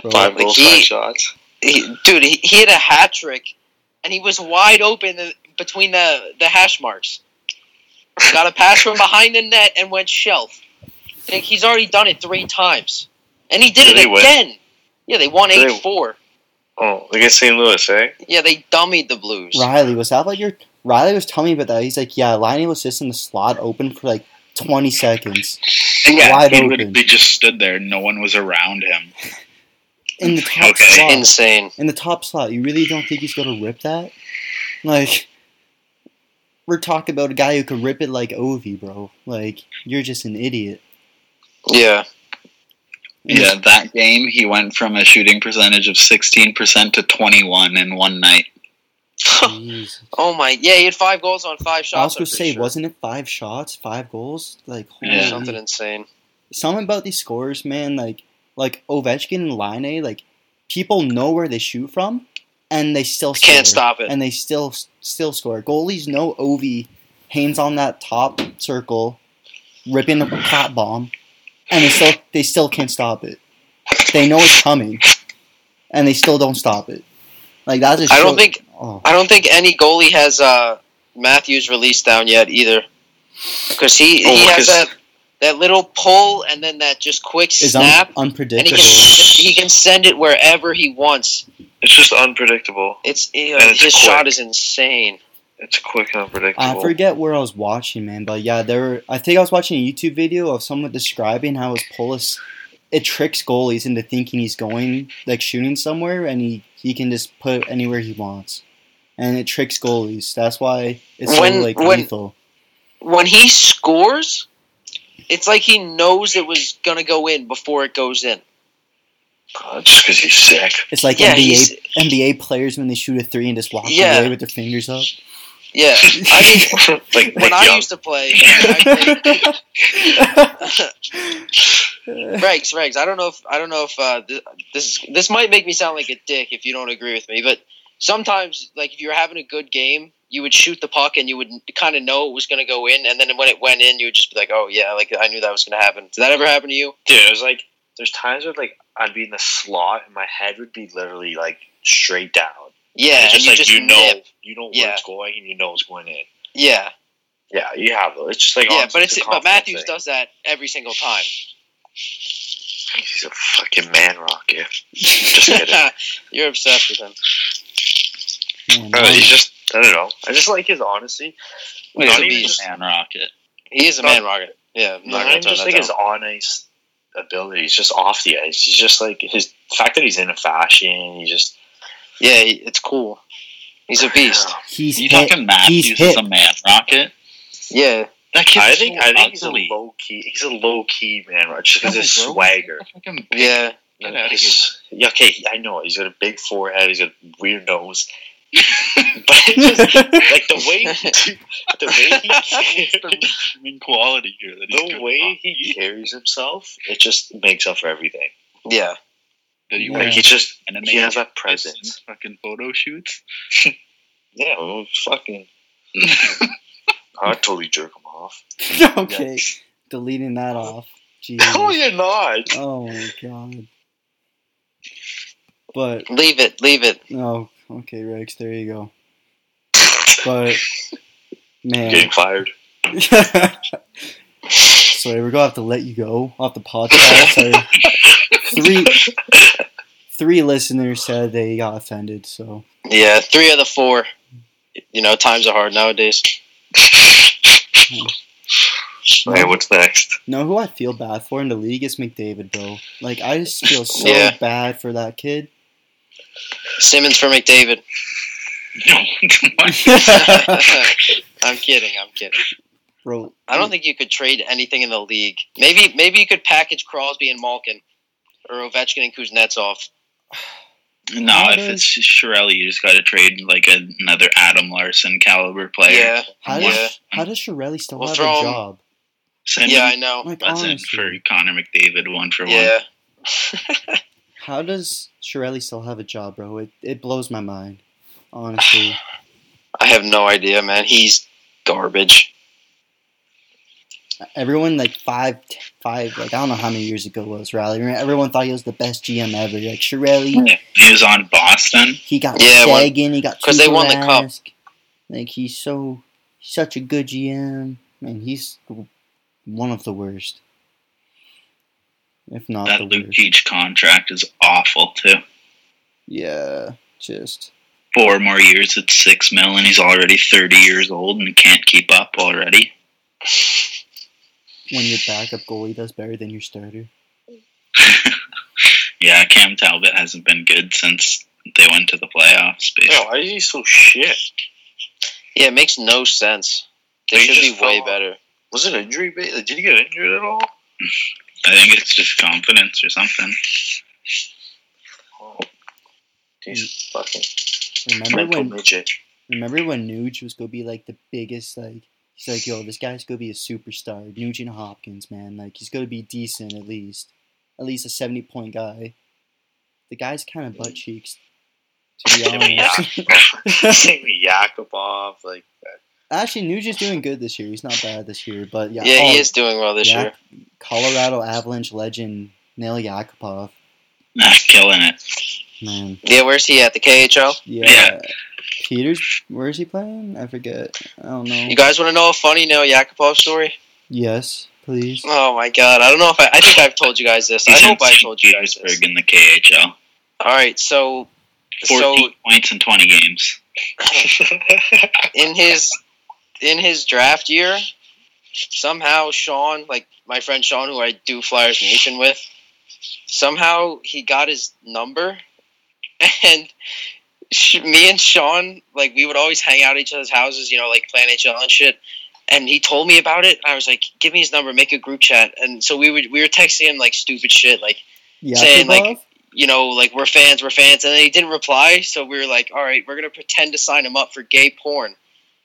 S1: gross.
S4: Five
S3: Like
S4: goals,
S3: he-
S4: five shots.
S3: He, dude, he, he had a hat trick, and he was wide open in- between the the hash marks. Got a pass from behind the net and went shelf. Like, he's already done it three times, and he did
S4: Did
S3: it
S4: they win?
S3: again. Yeah, they won
S4: Did they-
S3: eight four.
S4: Oh, look at St. Louis, eh?
S3: Yeah, they dummied the Blues.
S1: Riley was that like your Riley was telling me about that. He's like, yeah, Liney was just in the slot open for like 20 seconds
S2: yeah,
S1: wide
S2: he
S1: open.
S2: literally just stood there. No one was around him.
S1: in the top
S2: Okay.
S1: slot.
S3: Insane.
S1: in the top slot. You really don't think he's gonna rip that? Like, we're talking about a guy who could rip it like Ovi, bro. Like, you're just an idiot.
S3: Yeah.
S1: And
S2: Yeah, that game he went from a shooting percentage of 16% to 21 in one night.
S1: Jeez.
S3: oh my. Yeah, he had five goals on five shots.
S1: I was
S3: I'm
S1: gonna
S3: pretty
S1: say,
S3: sure.
S1: wasn't it five shots, five goals? Like, holy
S2: Yeah.
S3: something insane.
S1: something about these scores, man. Like, like Ovechkin and Line, like people know where they shoot from, and they still
S3: Can't
S1: score.
S3: stop it.
S1: and they still still score. Goalies know Ovi hangs on that top circle, ripping a cat bomb, and they still they still can't stop it. They know it's coming, and they still don't stop it. Like that just
S3: I don't
S1: shows-
S3: think-
S1: Oh,
S3: I don't think any goalie has uh, Matthews release down yet either, because he
S4: Oh,
S3: he has
S4: 'cause-
S3: that that little pull and then that just quick
S1: is un-
S3: snap, and he
S1: unpredictable.
S3: can he can send it wherever he wants.
S4: It's just unpredictable.
S3: It's you
S4: And
S3: know,
S4: it's
S3: his
S4: quick.
S3: shot is insane.
S4: It's quick and unpredictable.
S3: Uh,
S1: I forget where I was watching, man, but yeah, there. Were, I think I was watching a YouTube video of someone describing how his polis it tricks goalies into thinking he's going like shooting somewhere, and he he can just put it anywhere he wants, and it tricks goalies. That's why it's so
S3: When-
S1: like
S3: when-
S1: lethal.
S3: When he scores, it's like he knows it was gonna go in before it goes in.
S4: Uh, just because he's sick. (laughs)
S1: It's like
S3: yeah, he's-
S1: NBA NBA players when they shoot a three and just walk
S3: Yeah. (laughs)
S1: away with their fingers up. (laughs)
S3: Yeah,
S4: (laughs)
S3: I mean,
S4: like
S3: when
S4: Nick
S3: I
S4: Young.
S3: used to
S4: (laughs)
S3: play, I think,
S1: Right.
S3: Regs, Regs. I don't know if I don't know if uh, th- this this might make me sound like a dick if you don't agree with me, but sometimes, like if you were having a good game, you would shoot the puck and you would kind of know it was going to go in, and then when it went in, you would just be like, "Oh yeah, like I knew that was going to happen." Did that ever happen to you?
S4: dude, it was like there's times where like I'd be in the slot and my head would be literally like straight down.
S3: Yeah, and
S4: it's just
S3: you
S4: like
S3: just
S4: you know,
S3: nip.
S4: you know where
S3: Yeah.
S4: it's going and you know it's going in.
S3: Yeah,
S4: Yeah, you have it. It's just like
S3: yeah,
S4: honestly,
S3: but it's
S4: a
S3: but
S4: confidence
S3: Matthews
S4: thing.
S3: does that every single time.
S4: He's a fucking
S3: (laughs)
S4: man rocket. Just kidding.
S3: You're obsessed with him.
S4: Uh, he's just I don't know. I just like his honesty.
S3: He's
S4: not
S3: a
S4: even
S3: beast.
S4: just-
S2: Man Rocket.
S3: He is a man rocket. Yeah, I'm
S4: Not
S3: not gonna
S4: even
S3: turn
S4: just
S3: that
S4: like
S3: down.
S4: his on ice abilities, just off the ice. He's just like his the fact that he's in a fashion. He just
S3: Yeah, he, it's cool. He's a
S4: (sighs)
S3: beast.
S1: He's
S2: You
S1: hit.
S2: talking Matthews is
S1: hit.
S2: a Man Rocket?
S3: Yeah,
S2: That kid's
S4: I think
S2: so
S4: I think he's a
S2: ugly.
S4: low key. He's a low key man, right? Just because
S2: Yeah,
S4: his
S2: bro.
S4: swagger.
S2: Fucking-
S3: yeah.
S2: Get outta here.
S4: He's- yeah, okay, he- I know he's got a big forehead. He's got a weird
S3: (laughs)
S4: nose, but
S1: (laughs)
S4: it's just, like the way he, the way (laughs) he
S2: It's the redeeming quality here that he's
S4: the
S2: good
S4: way
S2: at.
S4: he carries himself, it just makes up for everything.
S3: (laughs) Yeah,
S2: that he
S1: Yeah.
S4: Like
S2: wears
S4: he just
S2: anime
S4: he has that
S2: presents,
S4: presence.
S2: fucking photo shoots. (laughs)
S4: Yeah, well, (laughs) fucking. I totally jerk him off.
S1: okay. Deleting that
S3: (laughs)
S1: off. Jeez.
S4: No, you're not.
S1: Oh my god. But
S3: leave it, leave it.
S1: oh, okay, Rex. There you go. But man,
S4: Getting fired.
S1: (laughs) sorry, we're gonna have to let you go off the podcast.
S3: (laughs)
S1: Sorry. Three, three listeners said they got offended. So
S3: Yeah, three of the four. You know, times are hard nowadays.
S4: Hey, what's next?
S1: No, who I feel bad for in the league is McDavid, bro. Like I just feel so
S3: Yeah.
S1: bad for that
S3: (laughs)
S1: kid.
S3: Simmons
S1: (laughs)
S3: for McDavid. (laughs)
S2: No,
S3: I'm kidding. I'm kidding.
S1: bro,
S3: I don't think you could trade anything in the league. Maybe, maybe you could package Crosby and Malkin, or Ovechkin and Kuznetsov.
S2: no. If it's Shirelli, you just got to trade like another Adam Larson caliber player.
S3: Yeah,
S1: how does
S3: Yeah.
S1: how does Shirelli still
S3: We'll
S1: have a
S3: throw him-
S1: job?
S2: Send
S3: yeah, I
S2: him
S3: know.
S1: Like
S2: that's in
S1: honestly,
S2: for Connor McDavid, one for
S3: Yeah,
S1: how does Shirelli still have a job, bro? It it blows my mind, honestly. (sighs)
S3: I have no idea, man. He's garbage.
S1: Everyone like five t- five like I don't know how many years ago it was Riley. Remember, Everyone thought he was the best GM ever. Like Shirelli,
S2: one. He was on Boston.
S1: he got
S3: Yeah, when-
S1: Sagan, he got
S3: 'cause they won the cup.
S1: Tuukka-esque. Like he's so such a good GM, and he's one of the worst, if not
S2: that
S1: the
S2: Luke
S1: worst.
S2: Keach contract is awful too.
S1: Yeah, just
S2: Four more years at six mil, and he's already thirty years old and can't keep up already.
S1: when your backup goalie does better than your starter.
S2: Yeah, Cam Talbot hasn't been good since they went to the playoffs. Basically.
S4: Yeah, why is he so shit?
S3: Yeah, it makes no sense. They
S4: They
S3: should
S4: just
S3: be way
S4: fell off.
S3: better.
S4: Was it injury? ba- Did he get injured at all?
S2: I think it's just confidence or something.
S4: Oh, he's fucking
S1: Remember
S4: mental
S1: when?
S4: midget. (laughs)
S1: Remember when Nuge was gonna be like the biggest like. He's like, yo, this guy's gonna be a superstar, Nugent Hopkins, man. Like, he's gonna be decent at least, at least a seventy-point guy. The guy's kind of butt cheeks, to
S3: (laughs)
S1: be
S4: Timmy
S1: honest. (laughs)
S4: Yakupov. Timmy Yakupov, like
S1: Actually, Nugent's doing good this year. He's not bad this year, but yeah,
S3: Yeah, he
S1: oh,
S3: is doing well this
S1: Yak-
S3: year.
S1: Colorado Avalanche legend Neil Yakupov,
S2: Nah, killing it.
S1: man.
S3: Yeah, where's he at? The KHL.
S1: Yeah.
S2: Yeah.
S1: Peters, where is he playing? I forget. I don't know.
S3: You guys want to know a funny Neil Yakupov story?
S1: yes, please.
S3: Oh my god, I don't know if I. I think I've told you guys this. I
S2: He's in
S3: hope I
S2: St.
S3: told you guys this.
S2: Petersburg in the KHL.
S3: All right, so
S2: 14
S3: so
S2: points in 20 games.
S3: in his in his draft year, somehow Sean, like my friend Sean, who I do Flyers Nation with, somehow he got his number, (laughs) and sh- me and Sean, like we would always hang out at each other's houses, you know, like play NHL and shit. And he told me about it. I was like, "Give me his number, make a group chat." And so we would we were texting him like stupid shit, like
S1: Yakupov?
S3: saying, like- you know, like we're fans, we're fans, and then he didn't reply. So we were like, all right, we're gonna pretend to sign him up for gay porn.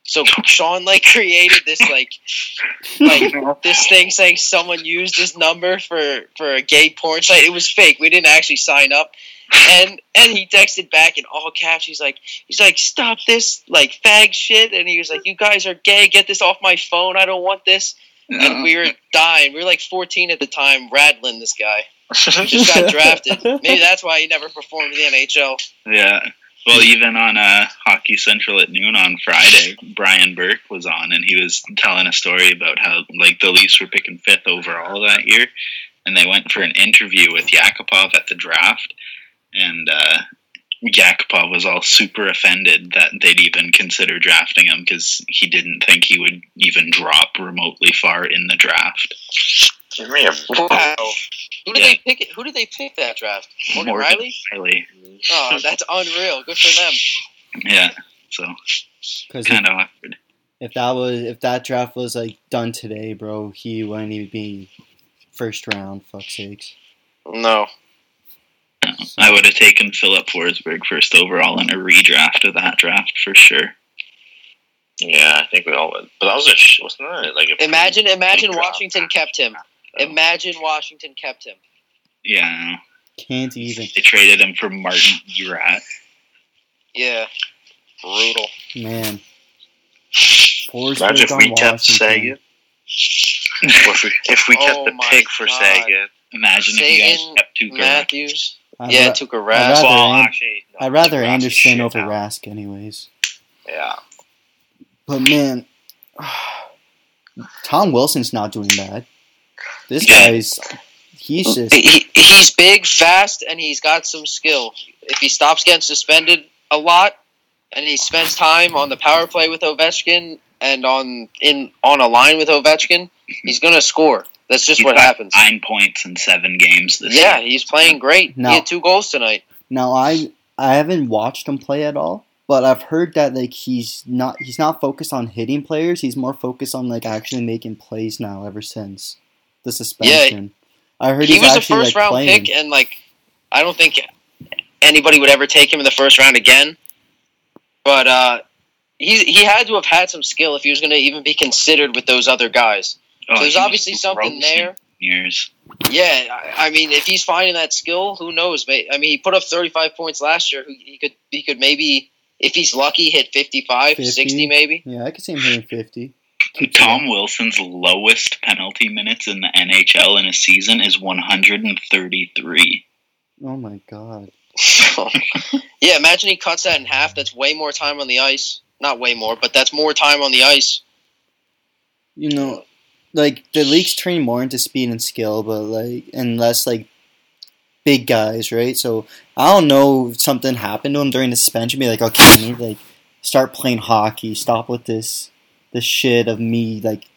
S3: So Sean like (laughs) created this like like this thing saying someone used this number for for a gay porn site. It was fake. We didn't actually sign up. And and he texted back in all caps. He's like he's like stop this like fag shit. And he was like you guys are gay. Get this off my phone. I don't want this.
S2: Uh-huh.
S3: And we were dying. We were like 14 at the time, rattling this guy. Just got drafted. Maybe that's why he never performed in the NHL.
S2: Yeah. Well, even on uh, Hockey Central at noon on Friday, Brian Burke was on, and he was telling a story about how like the Leafs were picking fifth overall that year, and they went for an interview with Yakupov at the draft, and uh, Yakupov was all super offended that they'd even consider drafting him because he didn't think he would even drop remotely far in the draft.
S4: Give me a
S3: Wow. Who did
S2: Yeah.
S3: they pick? Who did they pick that draft? Morgan,
S2: Morgan
S3: Riley.
S2: Riley,
S3: Oh, that's unreal. Good for them.
S2: yeah. So
S1: Because
S2: kind of awkward.
S1: if that was if that draft was like done today, bro, he wouldn't even be first round. Fuck sakes.
S3: No.
S2: I would have taken Philip Forsberg first overall in a redraft of that draft for sure.
S4: Yeah, I think we all would. But that was a sh- wasn't that like a
S3: Imagine, imagine
S4: Good draft.
S3: Washington kept him. Imagine Washington kept him.
S2: Yeah,
S1: Can't even.
S2: they traded him for Martin Erat.
S3: Yeah.
S4: brutal?
S1: Man.
S4: Imagine if
S1: Forsberg
S4: we
S1: on
S4: kept Sagan.
S1: Washington.
S4: Or if we, if we kept
S3: Oh
S4: the
S3: my
S4: pick for
S3: God.
S4: Sagan.
S2: Imagine if you guys
S3: Sagan,
S2: kept Tuukka. Rask.
S3: Matthews.
S1: I'd
S3: Yeah,
S1: ra-
S3: took a
S1: I'd
S3: rest.
S1: rather
S4: Well,
S1: An-
S4: actually, no,
S1: I'd rather
S4: Rask is
S1: Anderson
S4: shit
S1: over
S4: now.
S1: Rask, anyways.
S4: Yeah.
S1: But man, (sighs) Tom Wilson's not doing bad. This
S2: Yeah.
S1: guy's he's just
S3: He, he's big, fast, and he's got some skill. If he stops getting suspended a lot, and he spends time on the power play with Ovechkin and on in on a line with Ovechkin, he's gonna score. That's just
S2: He's
S3: what
S2: got
S3: happens.
S2: Nine points in seven games this
S3: Yeah,
S2: year.
S3: he's playing great.
S1: No.
S3: He had two goals tonight.
S1: now I I haven't watched him play at all, but I've heard that like he's not he's not focused on hitting players, he's more focused on like actually making plays now ever since the suspension. I heard
S3: He
S1: he's
S3: was a
S1: actually,
S3: first
S1: like,
S3: round
S1: playing.
S3: pick, and like, I don't think anybody would ever take him in the first round again. But uh, he he had to have had some skill if he was going to even be considered with those other guys.
S2: Oh,
S3: So
S2: he
S3: there's
S2: was
S3: obviously something
S2: grossing
S3: there.
S2: Years.
S3: Yeah, I, I mean, if he's finding that skill, who knows? Mate? I mean, he put up 35 points last year. He he could he could maybe, if he's lucky, hit 55,
S1: 50?
S3: 60 maybe.
S1: Yeah, I could see him hitting fifty. Keeps it
S2: Tom Wilson's lowest penalty minutes in the NHL in a season is
S3: (laughs)
S2: 133.
S1: up. Oh my god.
S3: yeah, imagine he cuts that in half. That's way more time on the ice. Not way more, but that's more time on the ice.
S1: You know like the league's train more into speed and skill, but like and less like big guys, right? So I don't know if something happened to him during the suspension. Be like, okay, I need to, like start playing hockey. Stop with this this shit of me like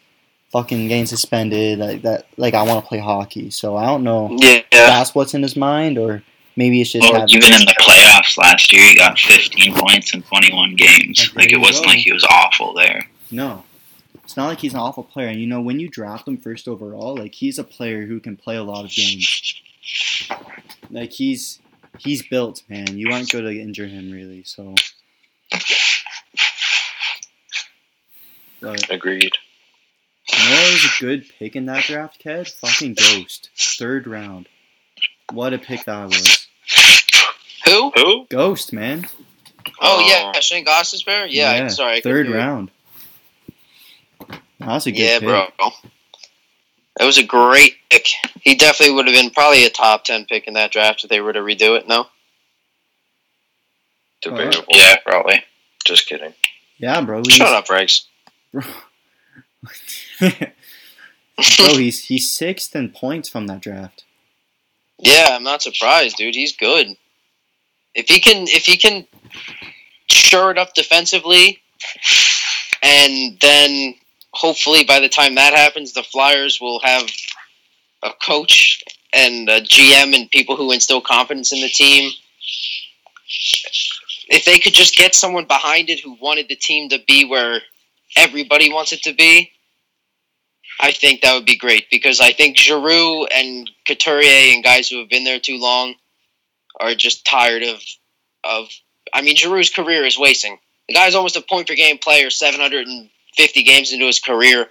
S1: fucking getting suspended. Like that. Like I want to play hockey. So I don't know.
S3: Yeah,
S1: If that's what's in his mind, or maybe it's just
S2: Well,
S1: having.
S2: even in the playoffs last year, he got 15 points in 21 games.
S1: There
S2: Like,
S1: you
S2: it wasn't
S1: go.
S2: like he was awful there.
S1: No. It's not like he's an awful player. And you know, when you draft him first overall, like he's a player who can play a lot of games. Like he's he's built, man. You aren't going to injure him really, so But
S4: Agreed.
S1: you know what was a good pick in that draft, Ked? Fucking Ghost. Third round. What a pick that was.
S3: who?
S4: Who?
S1: Ghost, man.
S3: Oh yeah, Shane Gossesbear. Yeah,
S1: Yeah,
S3: I'm sorry. I couldn't
S1: Third
S3: hear you.
S1: round. That's a good
S3: Yeah,
S1: pick.
S3: bro. That was a great pick. He definitely would have been probably a top ten pick in that draft if they were to redo it. No,
S4: Debatable.
S2: Yeah, probably.
S4: Just kidding.
S1: Yeah, bro. he's-
S3: shut up, Regs.
S1: (laughs) Bro, he's he's sixth in points from that draft.
S3: Yeah, I'm not surprised, dude. He's good. If he can, if he can, shore it up defensively, and then hopefully by the time that happens, the Flyers will have a coach and a GM and people who instill confidence in the team. If they could just get someone behind it who wanted the team to be where everybody wants it to be, I think that would be great because I think Giroux and Couturier and guys who have been there too long are just tired of of. I mean, Giroux's career is wasting. The guy's almost a point per game player, 750 games into his career,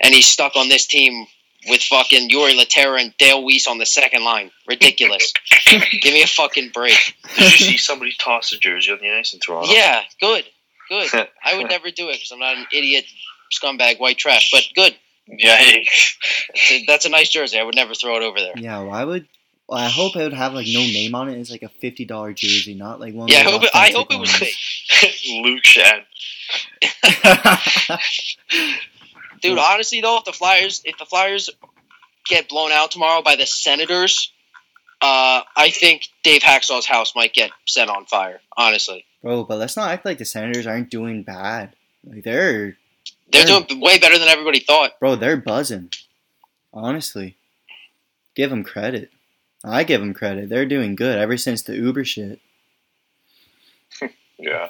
S3: and he's stuck on this team with fucking Yuri Laterra and Dale Weiss on the second line. Ridiculous. Give me a fucking break.
S4: Did you see somebody toss a jersey on the ice and throw it?
S3: Yeah, good, good.
S4: (laughs)
S3: I would never do it because I'm not an idiot, scumbag, white trash. But good.
S4: Yikes.
S3: That's a, that's a nice jersey. I would never throw it over there.
S1: Yeah, why would? Well, I hope it would have like no name on it. It's like a fifty dollar jersey, not like one.
S3: Yeah,
S1: of
S3: I
S1: those
S3: hope it, I
S1: authentic
S3: hope it was
S1: ones.
S3: fake,
S4: (laughs) Luke Shen.
S3: (laughs) dude. Honestly, though, if the Flyers if the Flyers get blown out tomorrow by the Senators, uh, I think Dave Hacksaw's house might get set on fire. Honestly,
S1: (laughs) Bro, but let's not act like the Senators aren't doing bad. Like they're,
S3: they're
S1: They're-
S3: doing way better than everybody thought.
S1: bro, they're buzzing. Honestly, give them credit. I give them credit. They're doing good ever since the Uber shit.
S4: Yeah.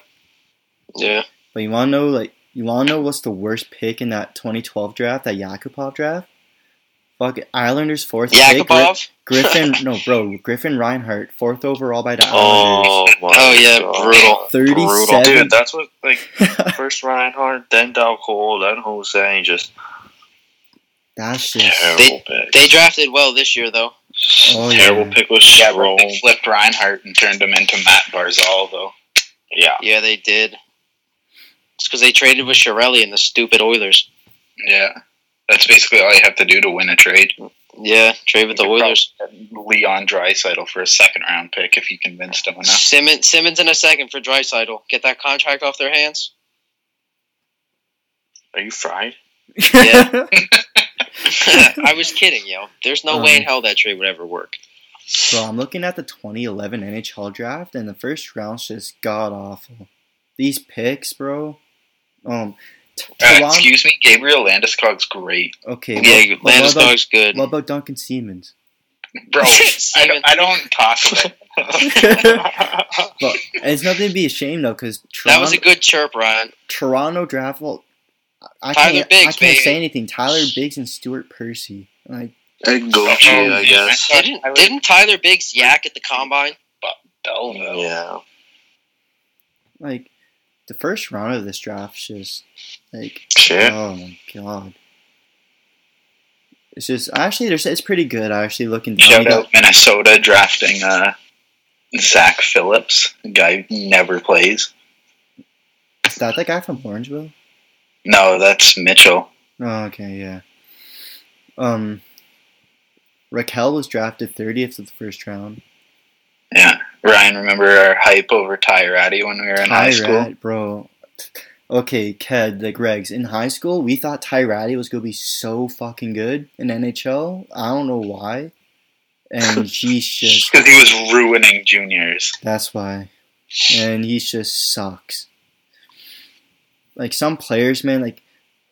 S3: Yeah,
S1: But you want to know, like, you want to know what's the worst pick in that 2012 draft, that Yakupov draft? Fuck it, Islanders fourth pick.
S3: Yakupov.
S1: Gri-
S3: (laughs)
S1: Griffin, no, bro, Griffin Reinhardt, fourth overall by the Islanders.
S4: Oh my.
S3: Oh yeah, brutal.
S4: God.
S1: Thirty-seven.
S4: Dude, that's what like (laughs) first Reinhardt, then Dal Cole, then Jose, and just
S1: That's just
S4: terrible pick.
S3: They drafted well this year, though.
S1: oh
S4: terrible
S1: yeah.
S4: pick was
S2: Yeah, but
S4: Strom.
S2: they flipped Reinhardt and turned him into Matt Barzal, though.
S4: Yeah.
S3: Yeah, they did. It's because they traded with Shirelli and the stupid Oilers.
S2: Yeah. That's basically all you have to do to win a trade.
S3: Yeah, trade with the
S2: You could
S3: Oilers.
S2: Leon Dreisaitl for a second round pick if you convinced him enough.
S3: Simmons, Simmons in a second for Dreisaitl. Get that contract off their hands.
S4: Are you fried? (laughs)
S3: Yeah. I was kidding, yo. There's no
S1: Um,
S3: way in hell that trade would ever work.
S1: Bro, I'm looking at the 2011 NHL draft, and the first round's just god awful. These picks, bro. Um, t-
S2: Uh,
S1: Toronto-
S2: excuse me, Gabriel Landeskog's great,
S1: okay. what-
S3: Yeah,
S1: what, about,
S3: Landeskog's good.
S1: what about Duncan Siemens?
S2: (laughs) bro. I,
S3: (laughs) Steven.
S2: don't, I don't talk about.
S4: That's
S1: But it's nothing to be ashamed of because
S3: That
S1: Toronto,
S3: was a good chirp, Ryan.
S1: Toronto draft. Well, I I
S3: Tyler
S1: can't, I
S3: Biggs,
S1: can't
S3: baby.
S1: say anything. Tyler Biggs and Stuart Percy. Like,
S4: Gucci, I guess.
S3: Didn't, didn't Tyler Biggs yak at the
S2: (laughs)
S3: combine?
S2: Belleville.
S4: Yeah.
S1: like the first round of this draft's just like
S4: Shit.
S1: Oh my god. It's just actually there's it's pretty good actually looking down.
S2: Shout
S1: You got-
S2: out Minnesota drafting uh, Zach Phillips, a guy who never plays.
S1: Is that the guy from Orangeville?
S2: No, that's Mitchell.
S1: Oh, okay, yeah. Um Raquel was drafted thirtieth of the first round.
S2: Yeah, Ryan, remember our hype over Tyrati when we were in high school?
S1: Tyrat, bro. Okay, Ked, the Gregs. In high school, we thought Tyratty was gonna be so fucking good in NHL. I don't know why.
S2: (laughs)
S1: And she's just
S2: Because he was ruining juniors.
S1: That's why. And he just sucks. Like some players, man, like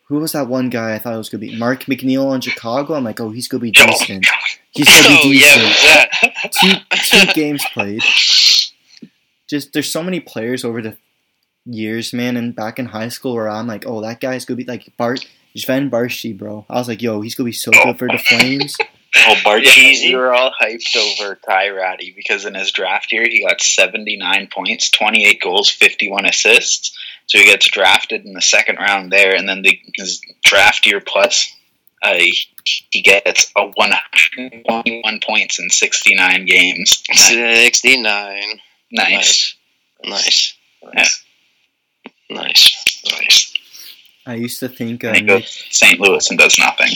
S1: who was that one guy I thought it was gonna be? Mark McNeil in Chicago? I'm like, oh he's gonna be decent. He's gonna
S3: Oh,
S1: be
S3: yeah,
S1: decent.
S3: who's that?
S1: Two two games played. Just there's so many players over the years, man, and back in high school where I'm like, oh that guy's gonna be like Bart Sven Barshi, bro. I was like, yo, he's gonna be so good for the Flames.
S4: Oh, Bart
S2: Yeah,
S4: Cheesy.
S2: we were all hyped over Tyratty because in his draft year he got 79 points, 28 goals, 51 assists. So he gets drafted in the second round there, and then the, his draft year plus, uh, he, he gets a 121 points in 69 games. Nice.
S3: 69.
S2: Nice.
S3: Nice.
S2: Nice.
S3: Nice.
S2: nice.
S1: I used to think uh,
S2: And he
S1: Nick-
S2: goes to St. Louis and does nothing.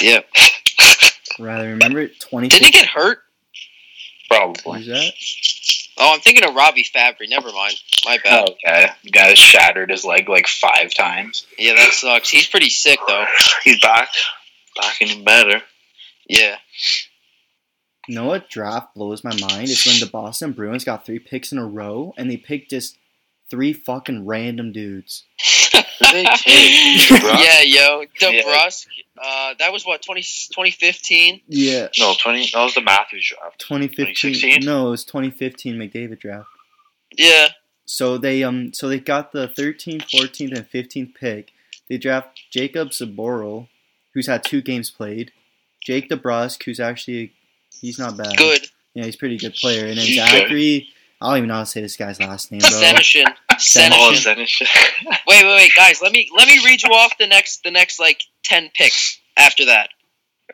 S3: Yep.
S1: rather remember twenty
S3: Did he get hurt?
S2: Probably.
S1: who's that?
S3: Oh, I'm thinking of Robbie Fabry. Never mind. My bad.
S2: Oh, okay. The guy shattered his leg like five times.
S3: Yeah, that sucks. He's pretty sick though.
S4: He's back. Back and better.
S3: Yeah.
S1: You know what draft blows my mind is when the Boston Bruins got three picks in a row and they picked just three fucking random dudes.
S4: Who they
S3: (laughs)
S4: take? Brusque?
S3: yeah, yo,
S2: Yeah.
S3: DeBrusque. Uh, that was what 20, 2015?
S1: Yeah,
S4: No, 20. That was the Matthews draft.
S1: 2015.
S4: 2016?
S1: No, it was 2015 McDavid draft.
S3: Yeah.
S1: So they um so they got the 13th, 14th, and 15th pick. They draft Jacob Zaboral, who's had two games played. Jake DeBrusque, who's actually he's not bad.
S3: Good.
S1: Yeah, he's a pretty good player. And then
S2: He's good.
S1: Zachary I don't even know how to say this guy's last name, bro.
S3: Senishin.
S1: Senishin.
S3: Senishin.
S2: Oh, Zenishin.
S3: Wait, wait, wait, guys. Let me let me read you off the next the next like ten picks after that,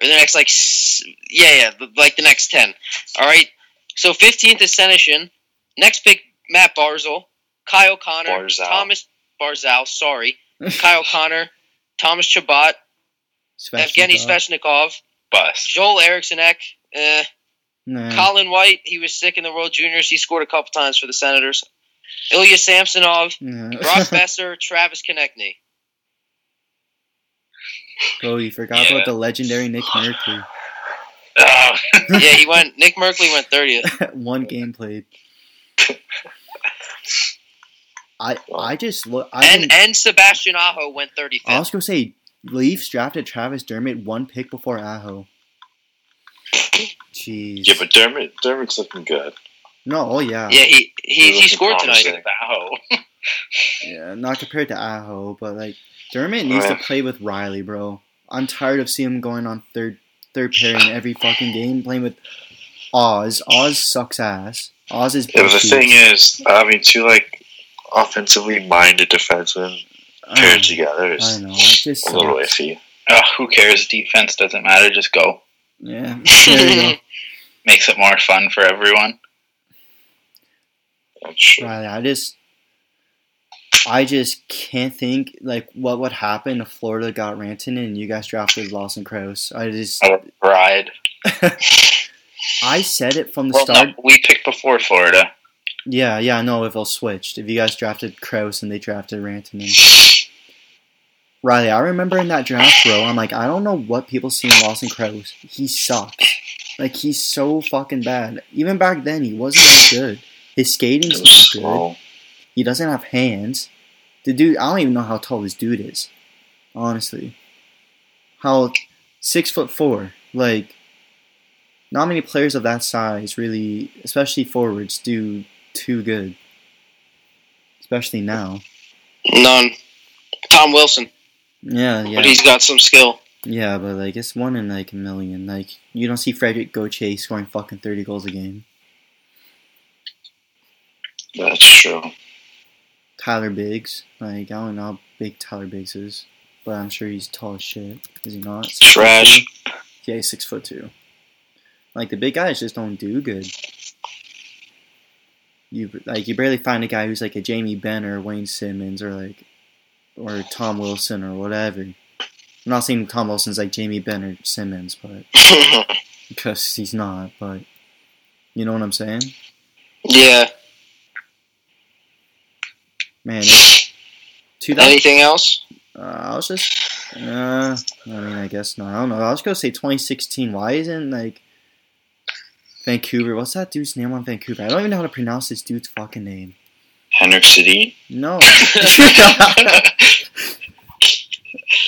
S3: or the next like s- yeah yeah the- like the next ten. All right. So fifteenth is Senishin. Next pick, Matt Barzil, Kyle O'Connor,
S4: Barzal.
S3: Thomas Barzal. Sorry, (laughs) Kyle O'Connor, Thomas Chabot,
S1: Sveshnikov.
S3: Evgeny Sveshnikov,
S4: Bust.
S3: Joel Eriksson Ek. Eh.
S1: Nah.
S3: Colin White, he was sick in the World Juniors. He scored a couple times for the Senators. Ilya Samsonov,
S1: nah. (laughs)
S3: Brock Besser, Travis Konechny.
S1: Bro, you forgot
S2: Yeah.
S1: about the legendary Nick (laughs) Merkley.
S4: Ugh.
S3: Yeah, he went. Nick Merkley went thirtieth.
S1: One game played. I I just look. I
S3: and
S1: didn't- Oh,
S3: and Sebastian Aho went thirty
S1: I
S3: fifth.
S1: was gonna say Leafs drafted Travis Dermott one pick before Aho. Jeez.
S4: (laughs) Yeah, but Dermot, Dermot's looking good.
S1: no, oh yeah.
S3: Yeah, he he, he
S4: looking
S3: scored tonight.
S4: promising. Wow.
S1: Yeah, not compared to Aho, but like Dermott needs to
S4: Ugh.
S1: play with Riley, bro. I'm tired of seeing him going on third third pairing every fucking game, playing with Oz. Oz sucks ass. Oz is
S4: Yeah, but the
S1: bullshit.
S4: thing is, having two like offensively minded defensemen
S1: Um,
S4: paired together
S1: I
S4: is
S1: know. It's just
S4: a little
S1: sucks.
S4: iffy.
S2: Ugh, Oh, who cares? Defense doesn't matter. Just go.
S1: Yeah. There you go.
S2: Makes it more fun for everyone.
S4: I'm sure.
S1: Riley, I just I just can't think like what would happen if Florida got Rantanen and you guys drafted Lawson Krause. I just
S2: I would ride.
S1: I said it from the
S2: Well,
S1: start.
S2: no, we picked before Florida.
S1: Yeah, yeah, no, if it switched. If you guys drafted Krause and they drafted Rantanen. Riley, I remember in that draft, bro, I'm like, I don't know what people see in Lawson Krause. He sucks. Like he's so fucking bad. Even back then he wasn't that good. His
S4: It
S1: skating's
S4: was
S1: not good.
S4: slow.
S1: He doesn't have hands. The dude, I don't even know how tall this dude is. Honestly, how six foot four? Like, not many players of that size really, especially forwards, do too good. Especially now.
S3: None. Tom Wilson,
S1: Yeah,
S3: but
S1: yeah,
S3: he's got some skill.
S1: yeah. But like, it's one in like a million. Like, you don't see Frederick Gauthier scoring fucking thirty goals a game.
S4: That's true.
S1: Tyler Biggs, like, I don't know how big Tyler Biggs is, but I'm sure he's tall as shit. Is he not? Six foot two?
S4: Trash.
S1: Yeah, he's six foot two. Like the big guys just don't do good. You like you barely find a guy who's like a Jamie Benn or Wayne Simmons or like or Tom Wilson or whatever. I'm not saying Tom Wilson's like Jamie Benn or Simmons, but because he's not. But you know what I'm saying,
S3: (laughs) yeah.
S1: man. it's- Two thousand.
S3: Anything else?
S1: Uh, I was just. Uh, I mean, I guess not. I don't know. I was gonna say 2016. Why isn't like Vancouver? What's that dude's name on Vancouver? I don't even know how to pronounce this dude's fucking name.
S4: Henrik Sedin. (laughs)
S1: No. (laughs)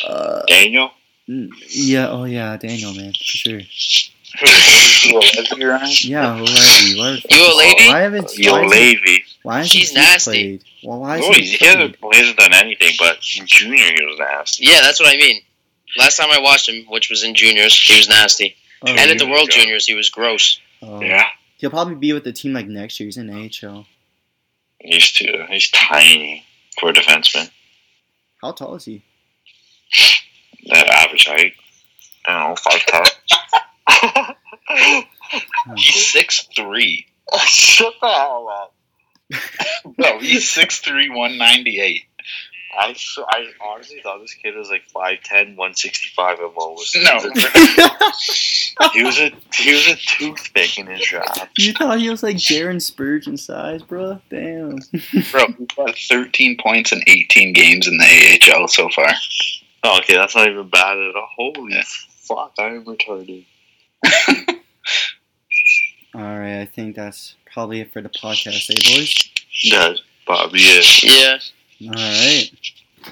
S1: uh,
S4: Daniel.
S1: n- yeah. Oh yeah, Daniel, man, for sure. Yeah, Olevi. Why,
S3: Ulevi?
S1: why haven't? Why,
S4: Yo,
S1: hasn't-
S4: Levy.
S1: why hasn't
S3: He's
S1: he
S3: nasty.
S1: played? Well, why
S4: No,
S1: isn't
S4: he's,
S1: he
S4: he hasn't,
S1: played?
S4: he hasn't done anything, but in junior he was nasty.
S3: Yeah, that's what I mean. Last time I watched him, which was in juniors, he was nasty.
S1: Oh,
S3: and at the
S4: yeah.
S3: World Juniors, he was gross.
S1: oh.
S4: Yeah.
S1: He'll probably be with the team like next year. He's in AHL.
S4: He's too. He's tiny for a defenseman.
S1: How tall is he?
S4: That average height. I don't know, five top.
S2: He's six three.
S4: Shut the hell up.
S2: No, he's six three one ninety eight.
S4: I, s- I honestly thought this kid was like 5'10", 165 at most.
S2: No.
S4: He was a he was a toothpick in his job.
S1: You thought he was (laughs) like Jaron Spurgeon size, bro? Damn.
S2: Bro, he's got 13 points in 18 games in the AHL so far.
S4: Oh, okay, that's not even bad at all. Holy
S2: Yeah.
S4: fuck, I am retarded.
S1: All right, I think that's probably it for the podcast, eh, boys?
S4: That's probably it.
S3: (laughs) Yeah.
S1: All right.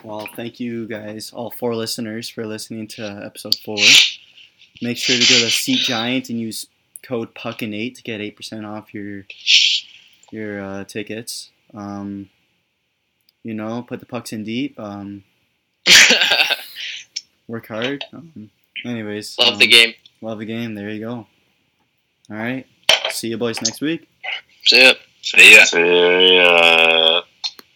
S1: Well, thank you guys, all four listeners, for listening to episode four. Make sure to go to Seat Giant and use code Puckin8 to get eight percent off your your uh, tickets. Um, you know, put the pucks in deep. Um, work hard. Um, anyways,
S3: Love
S1: um,
S3: the game.
S1: Love the game. There you go. All right. See you boys next week.
S3: See ya.
S2: See ya.
S4: So, yeah.